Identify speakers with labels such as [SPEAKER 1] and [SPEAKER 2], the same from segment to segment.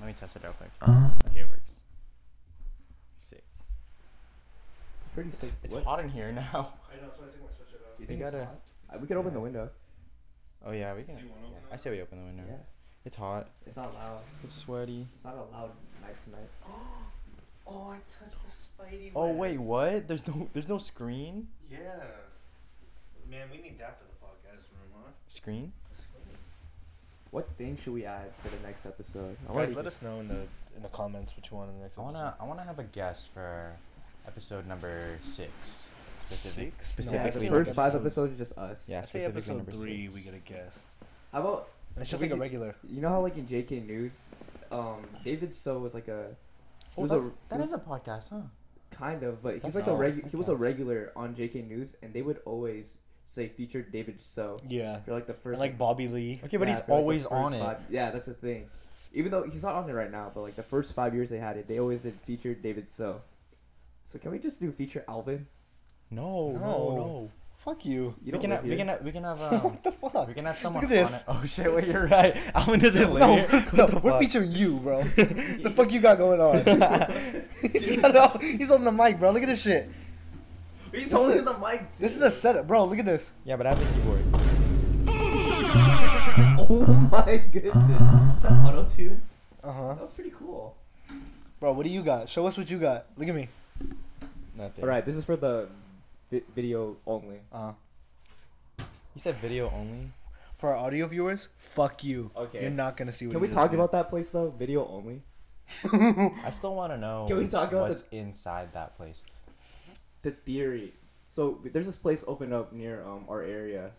[SPEAKER 1] Let me test it out quick.
[SPEAKER 2] Uh,
[SPEAKER 1] Okay, it works. Sick.
[SPEAKER 3] Pretty sick.
[SPEAKER 1] It's
[SPEAKER 3] What?
[SPEAKER 1] hot in here now.
[SPEAKER 4] I know, so I took my switch
[SPEAKER 3] Do you
[SPEAKER 4] out.
[SPEAKER 3] think
[SPEAKER 1] You
[SPEAKER 3] it's
[SPEAKER 1] gotta-
[SPEAKER 3] hot? Uh, We could open the window.
[SPEAKER 1] Oh yeah, we
[SPEAKER 4] Do
[SPEAKER 1] can.
[SPEAKER 4] you want to
[SPEAKER 3] Yeah.
[SPEAKER 4] open
[SPEAKER 1] I say we open the window.
[SPEAKER 3] Yeah.
[SPEAKER 1] It's hot.
[SPEAKER 3] It's not loud.
[SPEAKER 1] It's sweaty.
[SPEAKER 3] It's not a loud night tonight.
[SPEAKER 4] Oh, I touched the Spidey.
[SPEAKER 1] Oh wait, what? There's no there's no screen.
[SPEAKER 4] Yeah. Man, we need that for the podcast room, huh?
[SPEAKER 1] Screen?
[SPEAKER 3] What thing should we add for the next episode? I wanna
[SPEAKER 4] Guys,
[SPEAKER 3] be-
[SPEAKER 4] let us know in the in the comments what you want in the next
[SPEAKER 1] I wanna I wanna have a guest for episode number six. Specific.
[SPEAKER 4] Six?
[SPEAKER 3] Yeah,
[SPEAKER 4] I
[SPEAKER 1] specifically.
[SPEAKER 3] the
[SPEAKER 4] say
[SPEAKER 3] first
[SPEAKER 4] like
[SPEAKER 3] five
[SPEAKER 4] episode-
[SPEAKER 3] episodes are just us.
[SPEAKER 1] Yeah,
[SPEAKER 4] I say
[SPEAKER 1] specifically
[SPEAKER 4] episode
[SPEAKER 1] number
[SPEAKER 4] three,
[SPEAKER 1] six.
[SPEAKER 4] we get a guest.
[SPEAKER 3] How about
[SPEAKER 4] And it's
[SPEAKER 3] Should
[SPEAKER 4] just
[SPEAKER 3] we
[SPEAKER 4] like a
[SPEAKER 3] do-
[SPEAKER 4] regular.
[SPEAKER 3] you know how like in JK News, um, David So was like a. he
[SPEAKER 1] Oh,
[SPEAKER 3] was a-
[SPEAKER 1] that's, that is a podcast, huh?
[SPEAKER 3] Kind of, but he's
[SPEAKER 1] That's
[SPEAKER 3] like a
[SPEAKER 1] not-
[SPEAKER 3] regu- he was a
[SPEAKER 1] okay.
[SPEAKER 3] regular on JK News, and they would always say featured David So.
[SPEAKER 4] Yeah.
[SPEAKER 3] They're like the
[SPEAKER 4] And
[SPEAKER 3] first.
[SPEAKER 4] like Bobby Lee.
[SPEAKER 1] Okay, but
[SPEAKER 3] yeah,
[SPEAKER 1] he's
[SPEAKER 3] for, like, the
[SPEAKER 1] always
[SPEAKER 3] first
[SPEAKER 1] on it.
[SPEAKER 3] five- yeah, that's the thing. Even though he's not on it right now, but like the first five years they had it, they always did featured David So. So can we just do feature Alvin?
[SPEAKER 1] No, no,
[SPEAKER 4] No.
[SPEAKER 1] no.
[SPEAKER 4] Fuck you.
[SPEAKER 3] You
[SPEAKER 1] we
[SPEAKER 3] don't
[SPEAKER 1] can
[SPEAKER 3] live
[SPEAKER 1] have, we
[SPEAKER 3] here.
[SPEAKER 1] can have, we can have um,
[SPEAKER 4] what the fuck?
[SPEAKER 1] we can have someone
[SPEAKER 4] Look at this.
[SPEAKER 1] on it. Oh shit, wait, you're right. Alvin doesn't live
[SPEAKER 4] No,
[SPEAKER 1] here. What
[SPEAKER 4] no,
[SPEAKER 1] the
[SPEAKER 4] we're
[SPEAKER 1] fuck?
[SPEAKER 4] featuring you, bro. the fuck you got going on? he's got it all, He's holding the mic, bro. Look at this shit.
[SPEAKER 3] He's
[SPEAKER 4] This
[SPEAKER 3] holding
[SPEAKER 4] is-
[SPEAKER 3] the mic. Too.
[SPEAKER 4] This is a setup, bro. Look at this.
[SPEAKER 1] Yeah, but I have the keyboards.
[SPEAKER 3] Oh my goodness! Is that auto tune?
[SPEAKER 4] Uh
[SPEAKER 3] That
[SPEAKER 4] huh.
[SPEAKER 3] was pretty cool.
[SPEAKER 4] Bro, what do you got? Show us what you got. Look at me.
[SPEAKER 1] Nothing.
[SPEAKER 3] All right, this is for the vi- video only.
[SPEAKER 4] Uh huh.
[SPEAKER 1] He said video only.
[SPEAKER 4] For our audio viewers, fuck you.
[SPEAKER 3] Okay.
[SPEAKER 4] You're not gonna see what.
[SPEAKER 3] Can
[SPEAKER 4] he
[SPEAKER 3] we
[SPEAKER 4] just
[SPEAKER 3] talk
[SPEAKER 4] did.
[SPEAKER 3] about that place though? Video only.
[SPEAKER 1] I still want to know
[SPEAKER 3] Can we talk about
[SPEAKER 1] what's inside that place.
[SPEAKER 3] the theory. So there's this place opened up near um our area,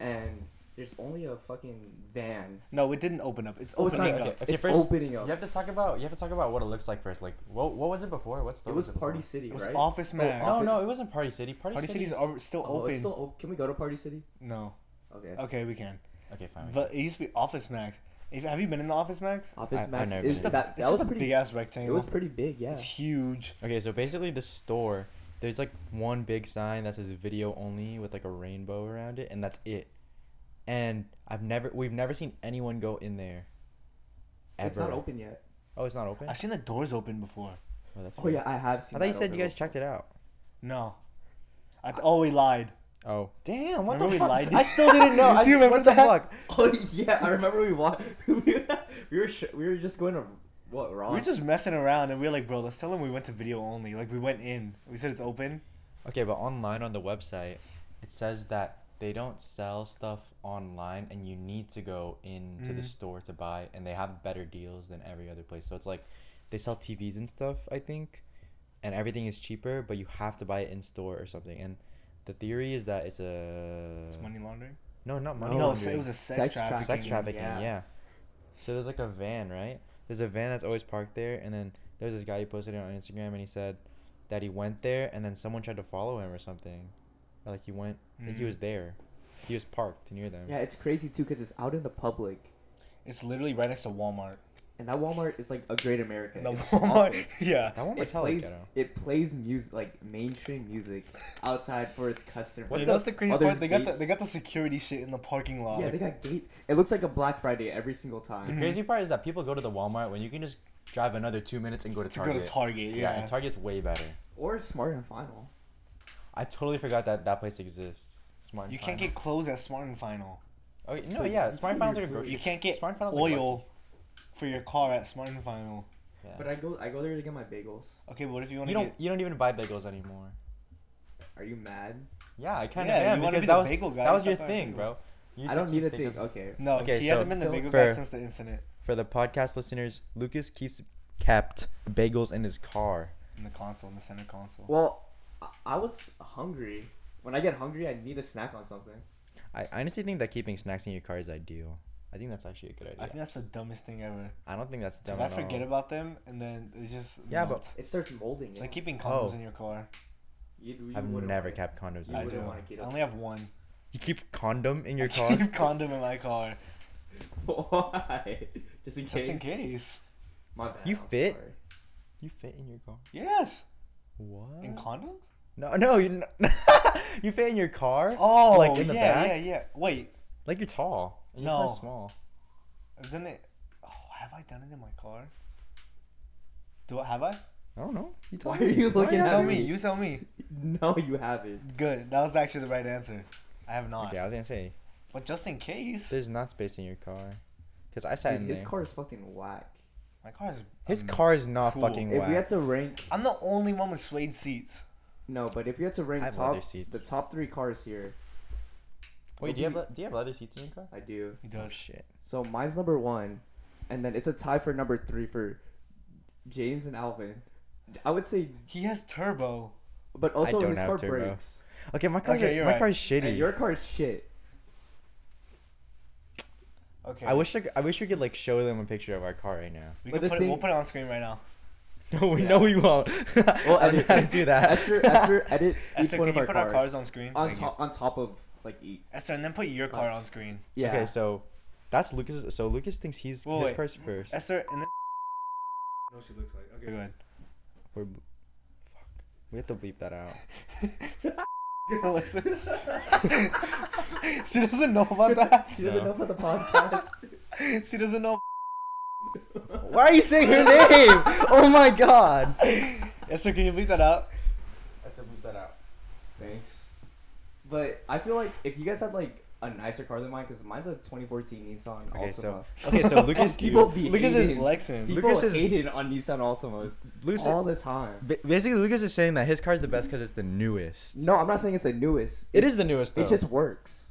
[SPEAKER 3] and there's only a fucking van.
[SPEAKER 4] No, it didn't open up. It's
[SPEAKER 3] Oh, it's
[SPEAKER 4] opening
[SPEAKER 3] not-
[SPEAKER 4] up.
[SPEAKER 1] Okay, okay,
[SPEAKER 3] it's
[SPEAKER 1] first
[SPEAKER 3] opening up.
[SPEAKER 1] you have to talk about you have to talk about what it looks like first. Like what what was it before? What store
[SPEAKER 3] It was
[SPEAKER 1] it before?
[SPEAKER 3] Party City,
[SPEAKER 4] It was
[SPEAKER 3] right?
[SPEAKER 4] Office Max.
[SPEAKER 1] No, no, it wasn't Party City. Party,
[SPEAKER 4] Party
[SPEAKER 1] City.
[SPEAKER 4] City's al- still
[SPEAKER 3] Oh,
[SPEAKER 4] open.
[SPEAKER 3] it's still op- can we go to Party City?
[SPEAKER 4] no.
[SPEAKER 3] Okay.
[SPEAKER 4] Okay, we can.
[SPEAKER 1] Okay, fine. we
[SPEAKER 4] But it used to be Office Max. If, have you been in the Office Max?
[SPEAKER 3] Office
[SPEAKER 1] I- I've
[SPEAKER 3] Max
[SPEAKER 1] never
[SPEAKER 3] is
[SPEAKER 1] been.
[SPEAKER 3] that, that
[SPEAKER 4] It's
[SPEAKER 3] was
[SPEAKER 4] just a
[SPEAKER 3] pretty.
[SPEAKER 4] big ass
[SPEAKER 3] it
[SPEAKER 4] rectangle.
[SPEAKER 3] was pretty big, yeah.
[SPEAKER 4] It's huge.
[SPEAKER 1] Okay, so basically the store, there's like one big sign that says video only with like a rainbow around it, and that's it. And I've never we've never seen anyone go in there. Ever.
[SPEAKER 3] It's not open yet.
[SPEAKER 1] Oh, it's not open.
[SPEAKER 4] I've seen the doors open before.
[SPEAKER 1] Oh, that's
[SPEAKER 3] Oh
[SPEAKER 1] weird.
[SPEAKER 3] yeah, I have
[SPEAKER 1] I
[SPEAKER 3] seen.
[SPEAKER 1] thought you
[SPEAKER 3] that
[SPEAKER 1] said you
[SPEAKER 3] open
[SPEAKER 1] guys
[SPEAKER 3] before.
[SPEAKER 1] checked it out.
[SPEAKER 4] No. I th- oh, we lied.
[SPEAKER 1] Oh damn! What
[SPEAKER 4] Remember we
[SPEAKER 1] the fuck?
[SPEAKER 4] lied?
[SPEAKER 1] I still didn't know. I,
[SPEAKER 4] Do you remember
[SPEAKER 1] what the
[SPEAKER 4] that?
[SPEAKER 1] fuck?
[SPEAKER 3] Oh yeah, I remember we walked. we were sh- we were just going to what wrong?
[SPEAKER 4] We were just messing around, and we were like, bro, let's tell them we went to video only. Like, we went in. We said it's open.
[SPEAKER 1] Okay, but online on the website, it says that they don't sell stuff online and you need to go into the
[SPEAKER 4] Mhm.
[SPEAKER 1] store to buy and they have better deals than every other place. So it's like they sell TVs and stuff, I think, and everything is cheaper, but you have to buy it in store or something. And the theory is that it's a
[SPEAKER 4] It's money laundering.
[SPEAKER 1] No, not money.
[SPEAKER 3] No,
[SPEAKER 4] No,
[SPEAKER 1] laundering.
[SPEAKER 4] so it was a sex,
[SPEAKER 3] Sex
[SPEAKER 4] trafficking.
[SPEAKER 3] a
[SPEAKER 1] sex trafficking,
[SPEAKER 3] yeah.
[SPEAKER 1] yeah. So there's like a van, right? There's a van that's always parked there and then there's this guy who posted it on Instagram and he said that he went there and then someone tried to follow him or something. Or like he went like he
[SPEAKER 4] Mhm.
[SPEAKER 1] was there. He was parked near them.
[SPEAKER 3] Mm. yeah, it's crazy too because it's out in the public,
[SPEAKER 4] It's literally right next to Walmart.
[SPEAKER 3] and that Walmart is like a Great America.
[SPEAKER 4] The
[SPEAKER 3] It's awful.
[SPEAKER 4] Walmart. yeah.
[SPEAKER 1] That one was
[SPEAKER 3] it
[SPEAKER 1] hella
[SPEAKER 3] plays,
[SPEAKER 1] ghetto.
[SPEAKER 3] it plays music like mainstream music outside for its customers.
[SPEAKER 1] What's
[SPEAKER 4] What's,
[SPEAKER 1] the-
[SPEAKER 4] the crazy
[SPEAKER 3] Oh, there's
[SPEAKER 4] part? They got the,
[SPEAKER 3] gates.
[SPEAKER 4] they got the security shit in the parking lot.
[SPEAKER 3] yeah, they got gate. It looks like a Black Friday every single
[SPEAKER 1] The
[SPEAKER 3] time.
[SPEAKER 4] Mhm.
[SPEAKER 1] crazy part is that people go to the Walmart when you can just drive another two minutes and go to
[SPEAKER 4] to go
[SPEAKER 1] Target.
[SPEAKER 4] to Target.
[SPEAKER 1] yeah,
[SPEAKER 4] Yeah.
[SPEAKER 1] and Target's way better.
[SPEAKER 3] Or Smart and Final.
[SPEAKER 1] I totally forgot that that place exists. Smart.
[SPEAKER 4] you can't get clothes at Smart and Final.
[SPEAKER 1] Okay, no,
[SPEAKER 3] But
[SPEAKER 1] yeah,
[SPEAKER 3] you
[SPEAKER 1] Smart
[SPEAKER 3] can
[SPEAKER 1] Final's
[SPEAKER 3] get
[SPEAKER 1] like a
[SPEAKER 3] food.
[SPEAKER 1] grocery.
[SPEAKER 4] You can't get
[SPEAKER 1] Smart and Final's like
[SPEAKER 4] oil for your car at Smart and Final.
[SPEAKER 1] Yeah.
[SPEAKER 3] But I go, I go there to get my bagels.
[SPEAKER 4] Okay, but what if you want
[SPEAKER 1] you
[SPEAKER 4] to
[SPEAKER 1] don't.
[SPEAKER 4] get?
[SPEAKER 1] You don't even buy bagels anymore.
[SPEAKER 3] Are you mad?
[SPEAKER 1] Yeah, I kind of
[SPEAKER 4] Yeah,
[SPEAKER 1] am
[SPEAKER 4] you wanna
[SPEAKER 1] because
[SPEAKER 4] be
[SPEAKER 1] that
[SPEAKER 4] the
[SPEAKER 1] was
[SPEAKER 4] bagel guy,
[SPEAKER 1] that was
[SPEAKER 4] you
[SPEAKER 1] your
[SPEAKER 4] stop buying
[SPEAKER 1] thing,
[SPEAKER 4] bagels.
[SPEAKER 1] bro. You used
[SPEAKER 3] I
[SPEAKER 1] to
[SPEAKER 3] don't
[SPEAKER 1] keep
[SPEAKER 3] need a
[SPEAKER 1] bagels-
[SPEAKER 3] thing. Okay.
[SPEAKER 4] No,
[SPEAKER 1] Okay,
[SPEAKER 4] he hasn't
[SPEAKER 1] so-
[SPEAKER 4] been the
[SPEAKER 3] Don't-
[SPEAKER 4] bagel
[SPEAKER 1] for-
[SPEAKER 4] guy since the incident
[SPEAKER 1] For the podcast listeners, Lucas keeps kept bagels in his car.
[SPEAKER 4] in the console, in the center console.
[SPEAKER 3] Well, I, I was hungry. When I get hungry, I need a snack on something.
[SPEAKER 1] I I honestly think that keeping snacks in your car is ideal. I think that's actually a good
[SPEAKER 4] I
[SPEAKER 1] idea.
[SPEAKER 4] think that's the dumbest thing ever.
[SPEAKER 1] I don't think that's
[SPEAKER 4] Cause
[SPEAKER 1] dumb.
[SPEAKER 4] I
[SPEAKER 1] at
[SPEAKER 4] forget
[SPEAKER 1] all.
[SPEAKER 4] about them, and then they just
[SPEAKER 1] Yeah,
[SPEAKER 4] melt.
[SPEAKER 3] It starts molding.
[SPEAKER 4] it's
[SPEAKER 3] yeah.
[SPEAKER 4] like keeping condoms
[SPEAKER 1] Oh.
[SPEAKER 4] in your car.
[SPEAKER 3] You- you
[SPEAKER 1] I've
[SPEAKER 3] wouldn't
[SPEAKER 1] never
[SPEAKER 3] want it.
[SPEAKER 1] kept condoms in
[SPEAKER 3] You
[SPEAKER 4] I
[SPEAKER 1] my
[SPEAKER 3] wouldn't
[SPEAKER 4] do.
[SPEAKER 1] car.
[SPEAKER 3] wanna get
[SPEAKER 4] I
[SPEAKER 3] up-
[SPEAKER 4] only have one.
[SPEAKER 1] You keep condom in your
[SPEAKER 4] I
[SPEAKER 1] car?
[SPEAKER 4] keep condom in my car
[SPEAKER 3] Why? Just in
[SPEAKER 4] just
[SPEAKER 3] case.
[SPEAKER 4] in case.
[SPEAKER 3] My bad.
[SPEAKER 1] You
[SPEAKER 3] I'm
[SPEAKER 1] fit?
[SPEAKER 3] sorry.
[SPEAKER 1] You fit in your car?
[SPEAKER 4] Yes,
[SPEAKER 1] What?
[SPEAKER 4] in condoms.
[SPEAKER 1] no, no, you you fit in your car?
[SPEAKER 4] Oh,
[SPEAKER 1] like in the
[SPEAKER 4] yeah,
[SPEAKER 1] back?
[SPEAKER 4] yeah, yeah. Wait,
[SPEAKER 1] Like you're tall. And your car's
[SPEAKER 4] No.
[SPEAKER 1] small.
[SPEAKER 4] Then it. Oh, have I I done it in my car? Do I have I?
[SPEAKER 1] I don't know. You
[SPEAKER 3] Why are you looking
[SPEAKER 4] You
[SPEAKER 3] at
[SPEAKER 4] tell
[SPEAKER 3] me?
[SPEAKER 4] me. You tell me.
[SPEAKER 3] No, you haven't.
[SPEAKER 4] Good. That was actually the right answer. I have not.
[SPEAKER 1] Okay, I was gonna say
[SPEAKER 4] But just in case,
[SPEAKER 1] there's not space in your car, cause I sat
[SPEAKER 3] Dude,
[SPEAKER 1] in
[SPEAKER 3] his
[SPEAKER 1] there.
[SPEAKER 3] car is fucking whack.
[SPEAKER 4] my car is.
[SPEAKER 1] His
[SPEAKER 4] um,
[SPEAKER 1] car is not
[SPEAKER 4] cool.
[SPEAKER 1] fucking
[SPEAKER 3] If we had
[SPEAKER 1] whack.
[SPEAKER 3] to rank,
[SPEAKER 4] I'm the only one with suede seats.
[SPEAKER 3] no, but if you had to
[SPEAKER 1] I
[SPEAKER 3] rank
[SPEAKER 1] have leather
[SPEAKER 3] top
[SPEAKER 1] seats.
[SPEAKER 3] the top three cars here,
[SPEAKER 1] Wait, do you have le- do you have leather seats in your car?
[SPEAKER 3] I do.
[SPEAKER 4] He
[SPEAKER 1] Oh
[SPEAKER 4] does.
[SPEAKER 1] shit.
[SPEAKER 3] So mine's number one, and then it's a tie for number three for James and Alvin. I would say,
[SPEAKER 4] He has turbo.
[SPEAKER 3] but also
[SPEAKER 1] don't
[SPEAKER 3] his
[SPEAKER 1] have
[SPEAKER 3] car
[SPEAKER 1] turbo.
[SPEAKER 3] breaks.
[SPEAKER 1] Okay, my car's
[SPEAKER 4] Okay,
[SPEAKER 1] a-
[SPEAKER 4] you're
[SPEAKER 1] my
[SPEAKER 4] right.
[SPEAKER 1] car's shitty.
[SPEAKER 3] And your car is shit.
[SPEAKER 4] Okay.
[SPEAKER 1] I wish I, c- I wish we could like show them a picture of our car right now.
[SPEAKER 4] we
[SPEAKER 3] But
[SPEAKER 4] could
[SPEAKER 3] the
[SPEAKER 4] put it, we'll
[SPEAKER 3] thing-
[SPEAKER 4] put it on screen right now.
[SPEAKER 1] No, we
[SPEAKER 3] Yeah.
[SPEAKER 1] no, we won't.
[SPEAKER 3] Well,
[SPEAKER 1] I don't know how to do that.
[SPEAKER 3] Esther, Esther, edit each
[SPEAKER 4] Esther,
[SPEAKER 3] one
[SPEAKER 4] can you
[SPEAKER 3] of
[SPEAKER 4] put
[SPEAKER 3] our
[SPEAKER 4] our
[SPEAKER 3] cars,
[SPEAKER 4] cars on screen?
[SPEAKER 3] on
[SPEAKER 4] Thank you.
[SPEAKER 3] top Oh, on top of like each.
[SPEAKER 4] Esther, and then put your car on screen.
[SPEAKER 3] Yeah.
[SPEAKER 1] Okay, so that's Lucas. So Lucas thinks he's
[SPEAKER 4] Wait,
[SPEAKER 1] his
[SPEAKER 4] wait.
[SPEAKER 1] car's first.
[SPEAKER 4] Esther, and then. Know what she looks like. Okay, go ahead.
[SPEAKER 1] We're bl- fuck. We have to bleep that out.
[SPEAKER 4] Listen. she doesn't know about that.
[SPEAKER 3] she
[SPEAKER 1] No.
[SPEAKER 3] doesn't know about the podcast.
[SPEAKER 4] She doesn't know.
[SPEAKER 1] Why are you saying her name? oh my god.
[SPEAKER 4] Esther, can you leave that out?
[SPEAKER 1] Esther, bleep that out.
[SPEAKER 3] Thanks. But I feel like if you guys had like a nicer car than mine, because mine's a 2014 Nissan
[SPEAKER 1] Okay,
[SPEAKER 3] Altima.
[SPEAKER 1] so okay, so Lucas,
[SPEAKER 3] Fuck people be
[SPEAKER 4] Lucas is
[SPEAKER 3] hating.
[SPEAKER 4] flexing.
[SPEAKER 3] People
[SPEAKER 1] Lucas is-
[SPEAKER 3] hated on Nissan Altimas
[SPEAKER 1] Lucas,
[SPEAKER 3] all the time.
[SPEAKER 1] ba- basically Lucas is saying that his car's the best because it's the newest.
[SPEAKER 3] No, I'm not saying it's the newest.
[SPEAKER 1] It is the newest. Though.
[SPEAKER 3] It just works.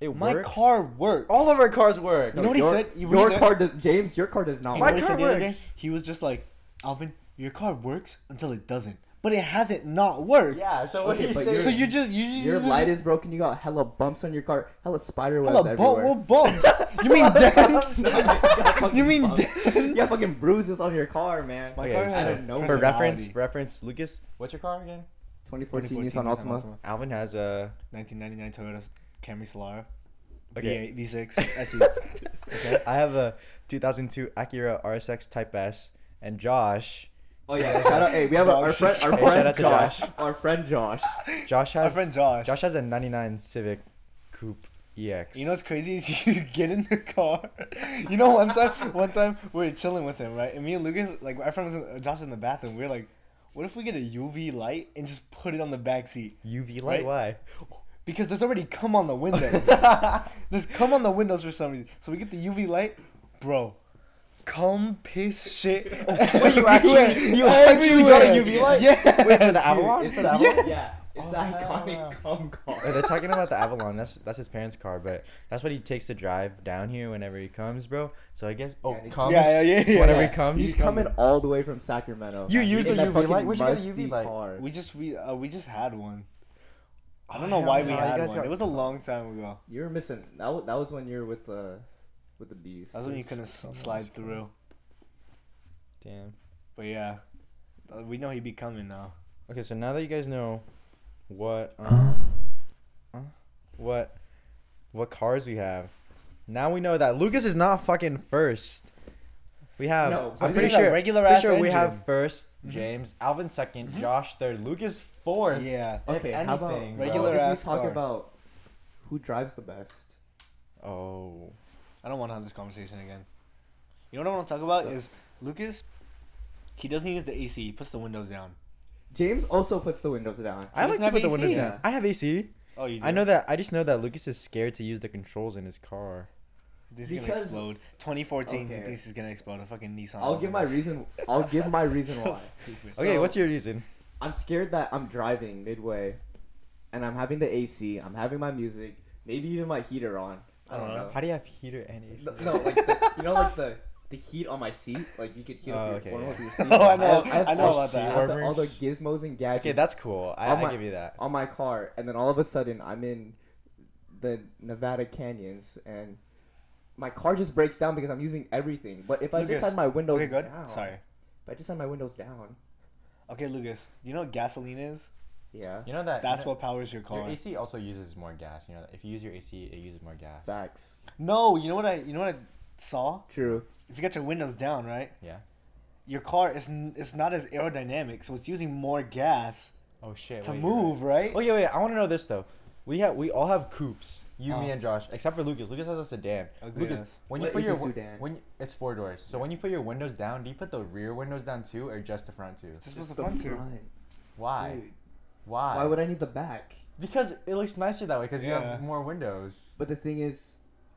[SPEAKER 1] it
[SPEAKER 4] My
[SPEAKER 1] works.
[SPEAKER 4] car works.
[SPEAKER 1] All of our cars work.
[SPEAKER 4] You know what he
[SPEAKER 3] your,
[SPEAKER 4] said? You-
[SPEAKER 3] your
[SPEAKER 4] you-
[SPEAKER 3] car does, James. Your car does not.
[SPEAKER 4] You
[SPEAKER 1] My
[SPEAKER 4] know what
[SPEAKER 1] car
[SPEAKER 4] he said
[SPEAKER 3] work.
[SPEAKER 4] the other day?
[SPEAKER 1] works.
[SPEAKER 4] He was just like, Alvin, your car works until it doesn't, but it hasn't not worked.
[SPEAKER 1] Yeah. So what
[SPEAKER 3] Okay,
[SPEAKER 1] he's
[SPEAKER 3] but
[SPEAKER 1] saying?
[SPEAKER 4] So
[SPEAKER 3] you're-
[SPEAKER 4] you just you you
[SPEAKER 3] Your
[SPEAKER 4] just,
[SPEAKER 3] light is broken. You got hella bumps on your car. Hella spider webs
[SPEAKER 4] Hello,
[SPEAKER 3] everywhere.
[SPEAKER 4] bump, bumps. You mean dents?
[SPEAKER 3] No, you got fucking
[SPEAKER 4] you mean
[SPEAKER 3] bumps.
[SPEAKER 4] dents?
[SPEAKER 3] You got fucking bruises on your car, man.
[SPEAKER 4] My
[SPEAKER 1] Okay,
[SPEAKER 4] car
[SPEAKER 1] so-
[SPEAKER 4] has
[SPEAKER 3] I don't know.
[SPEAKER 1] for reference,
[SPEAKER 4] personality.
[SPEAKER 1] reference Lucas, what's your car again?
[SPEAKER 3] 2014,
[SPEAKER 4] 2014
[SPEAKER 3] Nissan Altima.
[SPEAKER 1] Alvin has a
[SPEAKER 4] 1999 Toyota Camry Solara.
[SPEAKER 1] Okay.
[SPEAKER 4] V8, V6, SE.
[SPEAKER 1] okay, I have a 2002 Acura RSX Type S, and Josh,
[SPEAKER 3] Oh yeah, shout out. Hey, we have a, our
[SPEAKER 4] Dog
[SPEAKER 3] friend,
[SPEAKER 4] shit.
[SPEAKER 3] our
[SPEAKER 1] Hey,
[SPEAKER 3] friend
[SPEAKER 1] shout out to
[SPEAKER 3] Josh.
[SPEAKER 1] Josh.
[SPEAKER 3] Our friend Josh.
[SPEAKER 1] Josh
[SPEAKER 4] My
[SPEAKER 1] has
[SPEAKER 4] friend Josh.
[SPEAKER 1] Josh has a 99 Civic Coupe E EX.
[SPEAKER 4] You know what's crazy is you get in the car. You know, one time, one time we were chilling with him, right? And me and Lucas, like my friend was in, Josh was in the bathroom. We were like, what if we get a UV light and just put it on the back seat?
[SPEAKER 1] UV light.
[SPEAKER 4] Right?
[SPEAKER 1] Why?
[SPEAKER 4] Because there's already cum on the windows. there's cum on the windows for some reason. So we get the UV light, bro. Cum, piss, shit.
[SPEAKER 1] Wait, you actually-
[SPEAKER 4] everywhere,
[SPEAKER 1] you actually got a
[SPEAKER 4] everywhere.
[SPEAKER 1] UV light?
[SPEAKER 4] Yeah.
[SPEAKER 1] Wait for the Avalon.
[SPEAKER 3] It's
[SPEAKER 1] For
[SPEAKER 3] the
[SPEAKER 1] the Avalon.
[SPEAKER 3] Avalon. Yeah, it's
[SPEAKER 1] Oh,
[SPEAKER 3] the iconic
[SPEAKER 1] yeah.
[SPEAKER 3] cum
[SPEAKER 1] Wait,
[SPEAKER 3] car.
[SPEAKER 1] they're talking about the Avalon. That's that's his parents' car, but that's what he takes to drive down here whenever he comes, bro. So I guess oh
[SPEAKER 3] Yeah, he's-
[SPEAKER 1] comes
[SPEAKER 4] Yeah, yeah, yeah,
[SPEAKER 1] whenever
[SPEAKER 4] yeah.
[SPEAKER 1] he comes.
[SPEAKER 3] He's coming all the way from Sacramento.
[SPEAKER 1] You
[SPEAKER 3] In
[SPEAKER 1] use the
[SPEAKER 3] that
[SPEAKER 1] UV
[SPEAKER 3] fucking
[SPEAKER 1] light? Where'd you get a
[SPEAKER 3] musty
[SPEAKER 1] UV light?
[SPEAKER 3] car.
[SPEAKER 4] We just we uh, we just had one. I
[SPEAKER 1] Oh,
[SPEAKER 4] don't know
[SPEAKER 1] yeah,
[SPEAKER 4] why we
[SPEAKER 1] no, you
[SPEAKER 4] had
[SPEAKER 1] guys
[SPEAKER 4] one.
[SPEAKER 1] got-
[SPEAKER 4] It was a long time ago.
[SPEAKER 3] You were missing. That was, that was when you were with the, with the bees.
[SPEAKER 4] That's when you couldn't s- slide through.
[SPEAKER 1] Damn.
[SPEAKER 4] But yeah, Uh, we know he'd be coming now.
[SPEAKER 1] Okay, so now that you guys know what um,
[SPEAKER 4] Uh-huh.
[SPEAKER 1] uh, what what cars we have, now we know that Lucas is not fucking first. We have.
[SPEAKER 3] No,
[SPEAKER 1] I'm
[SPEAKER 3] Lucas
[SPEAKER 1] pretty
[SPEAKER 4] is a
[SPEAKER 1] sure.
[SPEAKER 4] regular
[SPEAKER 1] pretty
[SPEAKER 4] ass
[SPEAKER 1] sure we
[SPEAKER 4] engine. Mm-hmm.
[SPEAKER 1] have 1st James, Alvin 2nd Josh third, Lucas fourth.
[SPEAKER 4] Yeah.
[SPEAKER 3] Okay, how about
[SPEAKER 1] anything,
[SPEAKER 4] bro.
[SPEAKER 3] regular if
[SPEAKER 4] Regular-ass
[SPEAKER 3] we talk
[SPEAKER 4] car.
[SPEAKER 3] about who drives the best?
[SPEAKER 1] Oh,
[SPEAKER 4] I don't want to have this conversation again. You know what I want to talk
[SPEAKER 1] Uh,
[SPEAKER 4] about is Lucas. He doesn't use the AC. He puts the windows down.
[SPEAKER 3] James also puts the windows down.
[SPEAKER 1] I like
[SPEAKER 4] doesn't
[SPEAKER 1] to
[SPEAKER 4] have
[SPEAKER 1] put the
[SPEAKER 4] AC?
[SPEAKER 1] windows
[SPEAKER 3] Yeah.
[SPEAKER 1] down. I have AC.
[SPEAKER 4] Oh, you. Do.
[SPEAKER 1] I know that. I just know that Lucas is scared to use the controls in his car.
[SPEAKER 4] This is gonna
[SPEAKER 3] Because-
[SPEAKER 4] explode. 2014.
[SPEAKER 3] Okay.
[SPEAKER 4] This is gonna explode. A fucking Nissan.
[SPEAKER 3] I'll give my reason. I'll give my reason why.
[SPEAKER 1] Okay,
[SPEAKER 3] So-
[SPEAKER 1] what's your reason?
[SPEAKER 3] I'm scared that I'm driving midway, and I'm having the AC. I'm having my music, maybe even my heater on. I don't know.
[SPEAKER 1] Uh-huh. How do you have heater and AC?
[SPEAKER 3] No, no, like the, you know, like the the heat on my seat. Like you could heat
[SPEAKER 1] Oh,
[SPEAKER 3] up your,
[SPEAKER 1] okay,
[SPEAKER 3] one
[SPEAKER 1] yeah.
[SPEAKER 3] with your seat.
[SPEAKER 4] Oh, I know- I know
[SPEAKER 3] all-
[SPEAKER 4] about that.
[SPEAKER 3] I have the- all the
[SPEAKER 1] Warmers.
[SPEAKER 3] gizmos and gadgets
[SPEAKER 1] Okay, that's cool. I,
[SPEAKER 3] on
[SPEAKER 1] I
[SPEAKER 3] my-
[SPEAKER 1] give you that.
[SPEAKER 3] on my car, and then all of a sudden I'm in the Nevada canyons and. My car just breaks down because I'm using everything. But if I
[SPEAKER 4] Lucas,
[SPEAKER 3] just had my windows
[SPEAKER 4] Okay, good.
[SPEAKER 3] down,
[SPEAKER 4] Sorry.
[SPEAKER 3] If I just had my windows down,
[SPEAKER 4] Okay, Lucas. You know what gasoline is?
[SPEAKER 3] yeah,
[SPEAKER 1] You know that.
[SPEAKER 4] That's what powers your car.
[SPEAKER 1] Your AC also uses more gas. You know, if you use your AC, it uses more gas.
[SPEAKER 3] facts,
[SPEAKER 4] No, you know what I. You know what I saw.
[SPEAKER 3] true.
[SPEAKER 4] If you got your windows down, right?
[SPEAKER 1] Yeah.
[SPEAKER 4] Your car is n- it's not as aerodynamic, so it's using more gas
[SPEAKER 1] Oh shit.
[SPEAKER 4] to
[SPEAKER 1] wait, you're
[SPEAKER 4] move,
[SPEAKER 1] right.
[SPEAKER 4] right?
[SPEAKER 1] Oh yeah, wait. I want to know this though. we have we all have coupes. You, me,
[SPEAKER 4] Uh-huh.
[SPEAKER 1] and Josh, except for Lucas. Lucas has a sedan.
[SPEAKER 4] Ugly
[SPEAKER 1] Lucas,
[SPEAKER 4] ass.
[SPEAKER 1] when you
[SPEAKER 3] Oh, What
[SPEAKER 1] put
[SPEAKER 3] is
[SPEAKER 1] your
[SPEAKER 3] a
[SPEAKER 1] wi-
[SPEAKER 3] sedan?
[SPEAKER 1] when you, it's four doors. So
[SPEAKER 4] Yeah.
[SPEAKER 1] when you put your windows down, do you put the rear windows down too, or just the front too?
[SPEAKER 4] Just
[SPEAKER 3] Just
[SPEAKER 4] supposed
[SPEAKER 3] the
[SPEAKER 4] to fun too.
[SPEAKER 3] front.
[SPEAKER 1] Why?
[SPEAKER 3] Dude,
[SPEAKER 1] Why?
[SPEAKER 3] why would I need the back?
[SPEAKER 1] Because it looks nicer that way. Because you
[SPEAKER 4] Yeah.
[SPEAKER 1] have more windows.
[SPEAKER 3] But the thing is,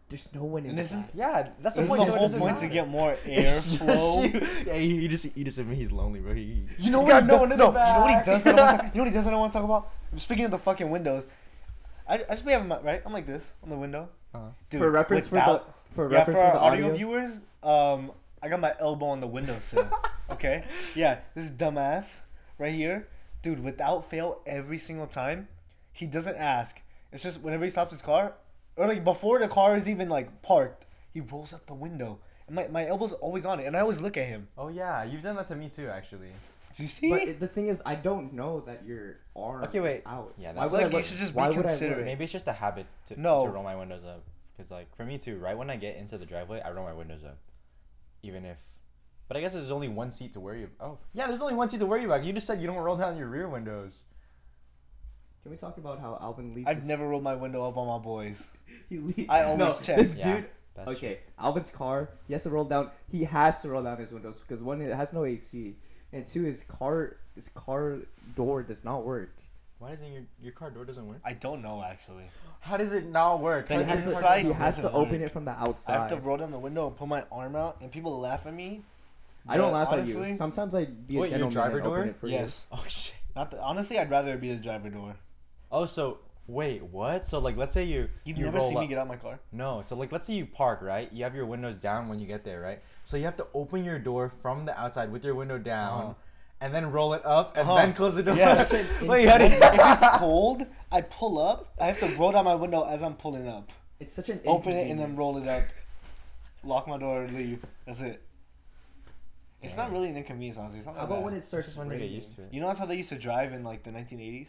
[SPEAKER 3] there's no one in
[SPEAKER 4] And
[SPEAKER 3] the
[SPEAKER 4] isn't-
[SPEAKER 3] back.
[SPEAKER 1] Yeah, that's the
[SPEAKER 4] Isn't
[SPEAKER 1] point.
[SPEAKER 4] the
[SPEAKER 1] so it
[SPEAKER 4] whole
[SPEAKER 1] doesn't
[SPEAKER 4] point to
[SPEAKER 1] matter.
[SPEAKER 4] get more
[SPEAKER 1] It's just
[SPEAKER 4] airflow.
[SPEAKER 1] you. Yeah, he, he just he just admit he's lonely, bro. He,
[SPEAKER 4] You know
[SPEAKER 1] he
[SPEAKER 4] what?
[SPEAKER 1] got
[SPEAKER 4] he
[SPEAKER 1] no
[SPEAKER 4] do-
[SPEAKER 1] one in
[SPEAKER 4] no,
[SPEAKER 1] the
[SPEAKER 4] You know what he
[SPEAKER 1] back.
[SPEAKER 4] does? That I wanna- you know what he does? That I want to talk about. Speaking of the fucking windows, I, I just be having my right. I'm like this on the window.
[SPEAKER 1] Uh-huh.
[SPEAKER 4] Dude,
[SPEAKER 3] for reference
[SPEAKER 4] without-
[SPEAKER 3] for the for
[SPEAKER 4] yeah,
[SPEAKER 3] reference
[SPEAKER 4] for
[SPEAKER 3] for,
[SPEAKER 4] our
[SPEAKER 3] the
[SPEAKER 4] audio,
[SPEAKER 3] audio,
[SPEAKER 4] viewers, um, I got my elbow on the windowsill. okay, yeah, this dumbass right here, dude. Without fail, every single time, he doesn't ask. It's just whenever he stops his car, or like before the car is even like parked, he rolls up the window. And my, my elbow's always on it, and I always look at him.
[SPEAKER 1] Oh yeah, you've done that to me too, actually.
[SPEAKER 4] Do you see?
[SPEAKER 3] But it, the thing is, I don't know that your arm
[SPEAKER 1] Okay,
[SPEAKER 3] is
[SPEAKER 1] wait.
[SPEAKER 3] out.
[SPEAKER 1] Yeah,
[SPEAKER 3] why
[SPEAKER 1] that's-
[SPEAKER 3] would
[SPEAKER 4] Like,
[SPEAKER 3] I
[SPEAKER 4] you
[SPEAKER 3] look-
[SPEAKER 4] should just be
[SPEAKER 3] why would I look?
[SPEAKER 4] considerate.
[SPEAKER 1] Maybe it's just a habit to,
[SPEAKER 4] No.
[SPEAKER 1] to roll my windows up. Cause like for me too, right when I get into the driveway, I roll my windows up, even if. But I guess there's only one seat to worry about. Oh yeah, there's only one seat to worry about. You just said you don't roll down your rear windows.
[SPEAKER 3] Can we talk about how Alvin leaves?
[SPEAKER 4] I've
[SPEAKER 3] his-
[SPEAKER 4] never rolled my window up on my boys.
[SPEAKER 3] He leaves.
[SPEAKER 4] I always
[SPEAKER 3] no,
[SPEAKER 4] check.
[SPEAKER 3] This
[SPEAKER 1] Yeah,
[SPEAKER 3] dude.
[SPEAKER 1] That's true.
[SPEAKER 3] Okay, Alvin's car. He has to roll down. He has to roll down his windows because one, it has no AC, and two, his car, his car door does not work.
[SPEAKER 1] Why doesn't your your car door doesn't work?
[SPEAKER 4] I don't know actually.
[SPEAKER 1] How does it not work?
[SPEAKER 4] Then
[SPEAKER 1] How
[SPEAKER 3] He
[SPEAKER 4] But
[SPEAKER 1] does
[SPEAKER 3] has,
[SPEAKER 1] your
[SPEAKER 3] to,
[SPEAKER 1] car
[SPEAKER 4] inside
[SPEAKER 1] door-
[SPEAKER 3] he has to
[SPEAKER 4] doesn't
[SPEAKER 3] open
[SPEAKER 4] work.
[SPEAKER 3] it from the
[SPEAKER 4] I have
[SPEAKER 3] outside.
[SPEAKER 4] to roll down the window and put my arm out, and people laugh at me.
[SPEAKER 3] I don't
[SPEAKER 4] But
[SPEAKER 3] laugh at
[SPEAKER 4] honestly-
[SPEAKER 3] you. Sometimes I be a
[SPEAKER 1] Wait, your
[SPEAKER 3] gentleman
[SPEAKER 1] driver
[SPEAKER 3] and open
[SPEAKER 1] door?
[SPEAKER 3] it for you.
[SPEAKER 4] Yes.
[SPEAKER 1] Oh shit.
[SPEAKER 4] Not the, honestly, I'd rather it be the driver door.
[SPEAKER 1] Oh so wait what? So like let's say you
[SPEAKER 4] You've
[SPEAKER 1] you
[SPEAKER 4] never
[SPEAKER 1] roll
[SPEAKER 4] seen
[SPEAKER 1] up.
[SPEAKER 4] me get out of my car.
[SPEAKER 1] No, so like let's say you park, right? You have your windows down when you get there, right? So you have to open your door from the outside with your window down
[SPEAKER 4] Uh-huh.
[SPEAKER 1] and then roll it up and
[SPEAKER 4] Uh-huh.
[SPEAKER 1] then close the door.
[SPEAKER 4] Yes.
[SPEAKER 1] Wait, how do you-
[SPEAKER 4] if it's cold, I pull up. I have to roll down my window as I'm pulling up.
[SPEAKER 3] It's such an
[SPEAKER 4] Open it and then
[SPEAKER 3] inconvenience.
[SPEAKER 4] roll it up. Lock my door and leave. That's it. It's not
[SPEAKER 1] Dang.
[SPEAKER 4] really an inconvenience, honestly. It's not
[SPEAKER 3] How
[SPEAKER 4] that
[SPEAKER 3] about
[SPEAKER 4] bad.
[SPEAKER 3] when it starts
[SPEAKER 1] just wanted to get
[SPEAKER 3] raining?
[SPEAKER 1] used to it.
[SPEAKER 4] You know that's how they used to drive in like the 1980s.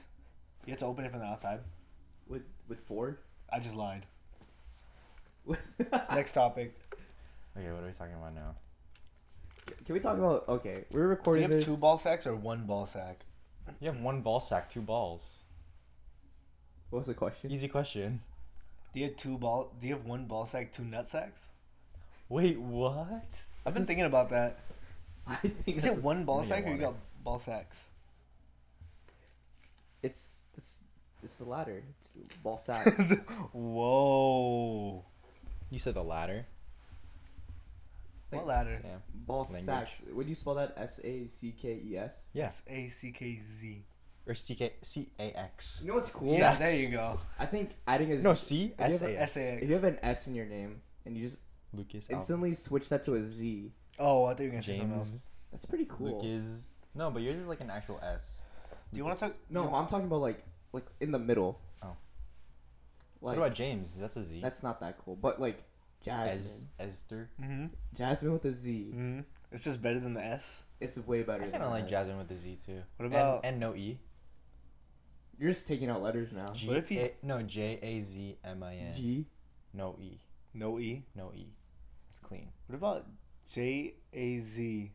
[SPEAKER 4] You had to open it from the outside.
[SPEAKER 3] with with Ford?
[SPEAKER 4] I just lied.
[SPEAKER 3] With-
[SPEAKER 4] Next topic.
[SPEAKER 1] Okay, what are we talking about now?
[SPEAKER 3] Can we talk about? Okay, we're
[SPEAKER 4] Do you
[SPEAKER 3] recording
[SPEAKER 4] have
[SPEAKER 3] this.
[SPEAKER 4] two ball sacks or one ball sack?
[SPEAKER 1] You have one ball sack, two balls.
[SPEAKER 3] What was the question?
[SPEAKER 1] Easy question.
[SPEAKER 4] Do you have two ball? Do you have one ball sack, two nut sacks?
[SPEAKER 1] Wait, what?
[SPEAKER 4] I've been
[SPEAKER 3] This is-
[SPEAKER 4] thinking about that.
[SPEAKER 3] I think
[SPEAKER 4] Is it
[SPEAKER 3] that's-
[SPEAKER 4] one ball
[SPEAKER 1] Maybe I
[SPEAKER 4] sack or you
[SPEAKER 1] want
[SPEAKER 4] got ball sacks?
[SPEAKER 3] it's it's it's the latter. It's ball sack.
[SPEAKER 4] Whoa.
[SPEAKER 1] You said the latter.
[SPEAKER 4] What ladder?
[SPEAKER 1] Damn.
[SPEAKER 3] ball
[SPEAKER 1] Language.
[SPEAKER 3] sacks. Would you spell that? S A C K E S.
[SPEAKER 1] Yes.
[SPEAKER 4] S A C K Z.
[SPEAKER 1] Or C K C A X.
[SPEAKER 3] You know what's cool?
[SPEAKER 4] Yeah,
[SPEAKER 1] Sacks.
[SPEAKER 4] there you go.
[SPEAKER 3] I think adding a
[SPEAKER 1] No, C
[SPEAKER 3] have
[SPEAKER 1] S Oh.
[SPEAKER 3] a
[SPEAKER 1] A X.
[SPEAKER 4] S A
[SPEAKER 3] If you have
[SPEAKER 4] X.
[SPEAKER 3] an S in your name and you just
[SPEAKER 1] Lucas. Al-
[SPEAKER 3] instantly switch that to a Z,
[SPEAKER 4] Oh, I thought you were gonna say something else.
[SPEAKER 1] James.
[SPEAKER 3] that's pretty cool.
[SPEAKER 1] Lucas. No, but yours is like an actual S.
[SPEAKER 4] Do you want to talk?
[SPEAKER 3] No, I'm talking about like like in the middle.
[SPEAKER 1] Oh.
[SPEAKER 3] Like
[SPEAKER 1] what about James? That's a Z.
[SPEAKER 3] that's not that cool, but like Jasmine,
[SPEAKER 1] Es- Esther.
[SPEAKER 4] Mm-hmm.
[SPEAKER 3] Jasmine with a Z,
[SPEAKER 4] Mm-hmm. It's just better than the S.
[SPEAKER 3] it's way
[SPEAKER 1] I
[SPEAKER 3] better.
[SPEAKER 1] kind of
[SPEAKER 3] than
[SPEAKER 1] like
[SPEAKER 3] us.
[SPEAKER 1] Jasmine with the Z too. And-
[SPEAKER 4] What about-
[SPEAKER 1] and, no E?
[SPEAKER 3] You're just taking out letters now.
[SPEAKER 1] G
[SPEAKER 4] What if he-
[SPEAKER 1] A- no J A Z M I N.
[SPEAKER 3] G.
[SPEAKER 1] No E.
[SPEAKER 4] No E.
[SPEAKER 1] No E. It's clean.
[SPEAKER 4] What about J A Z?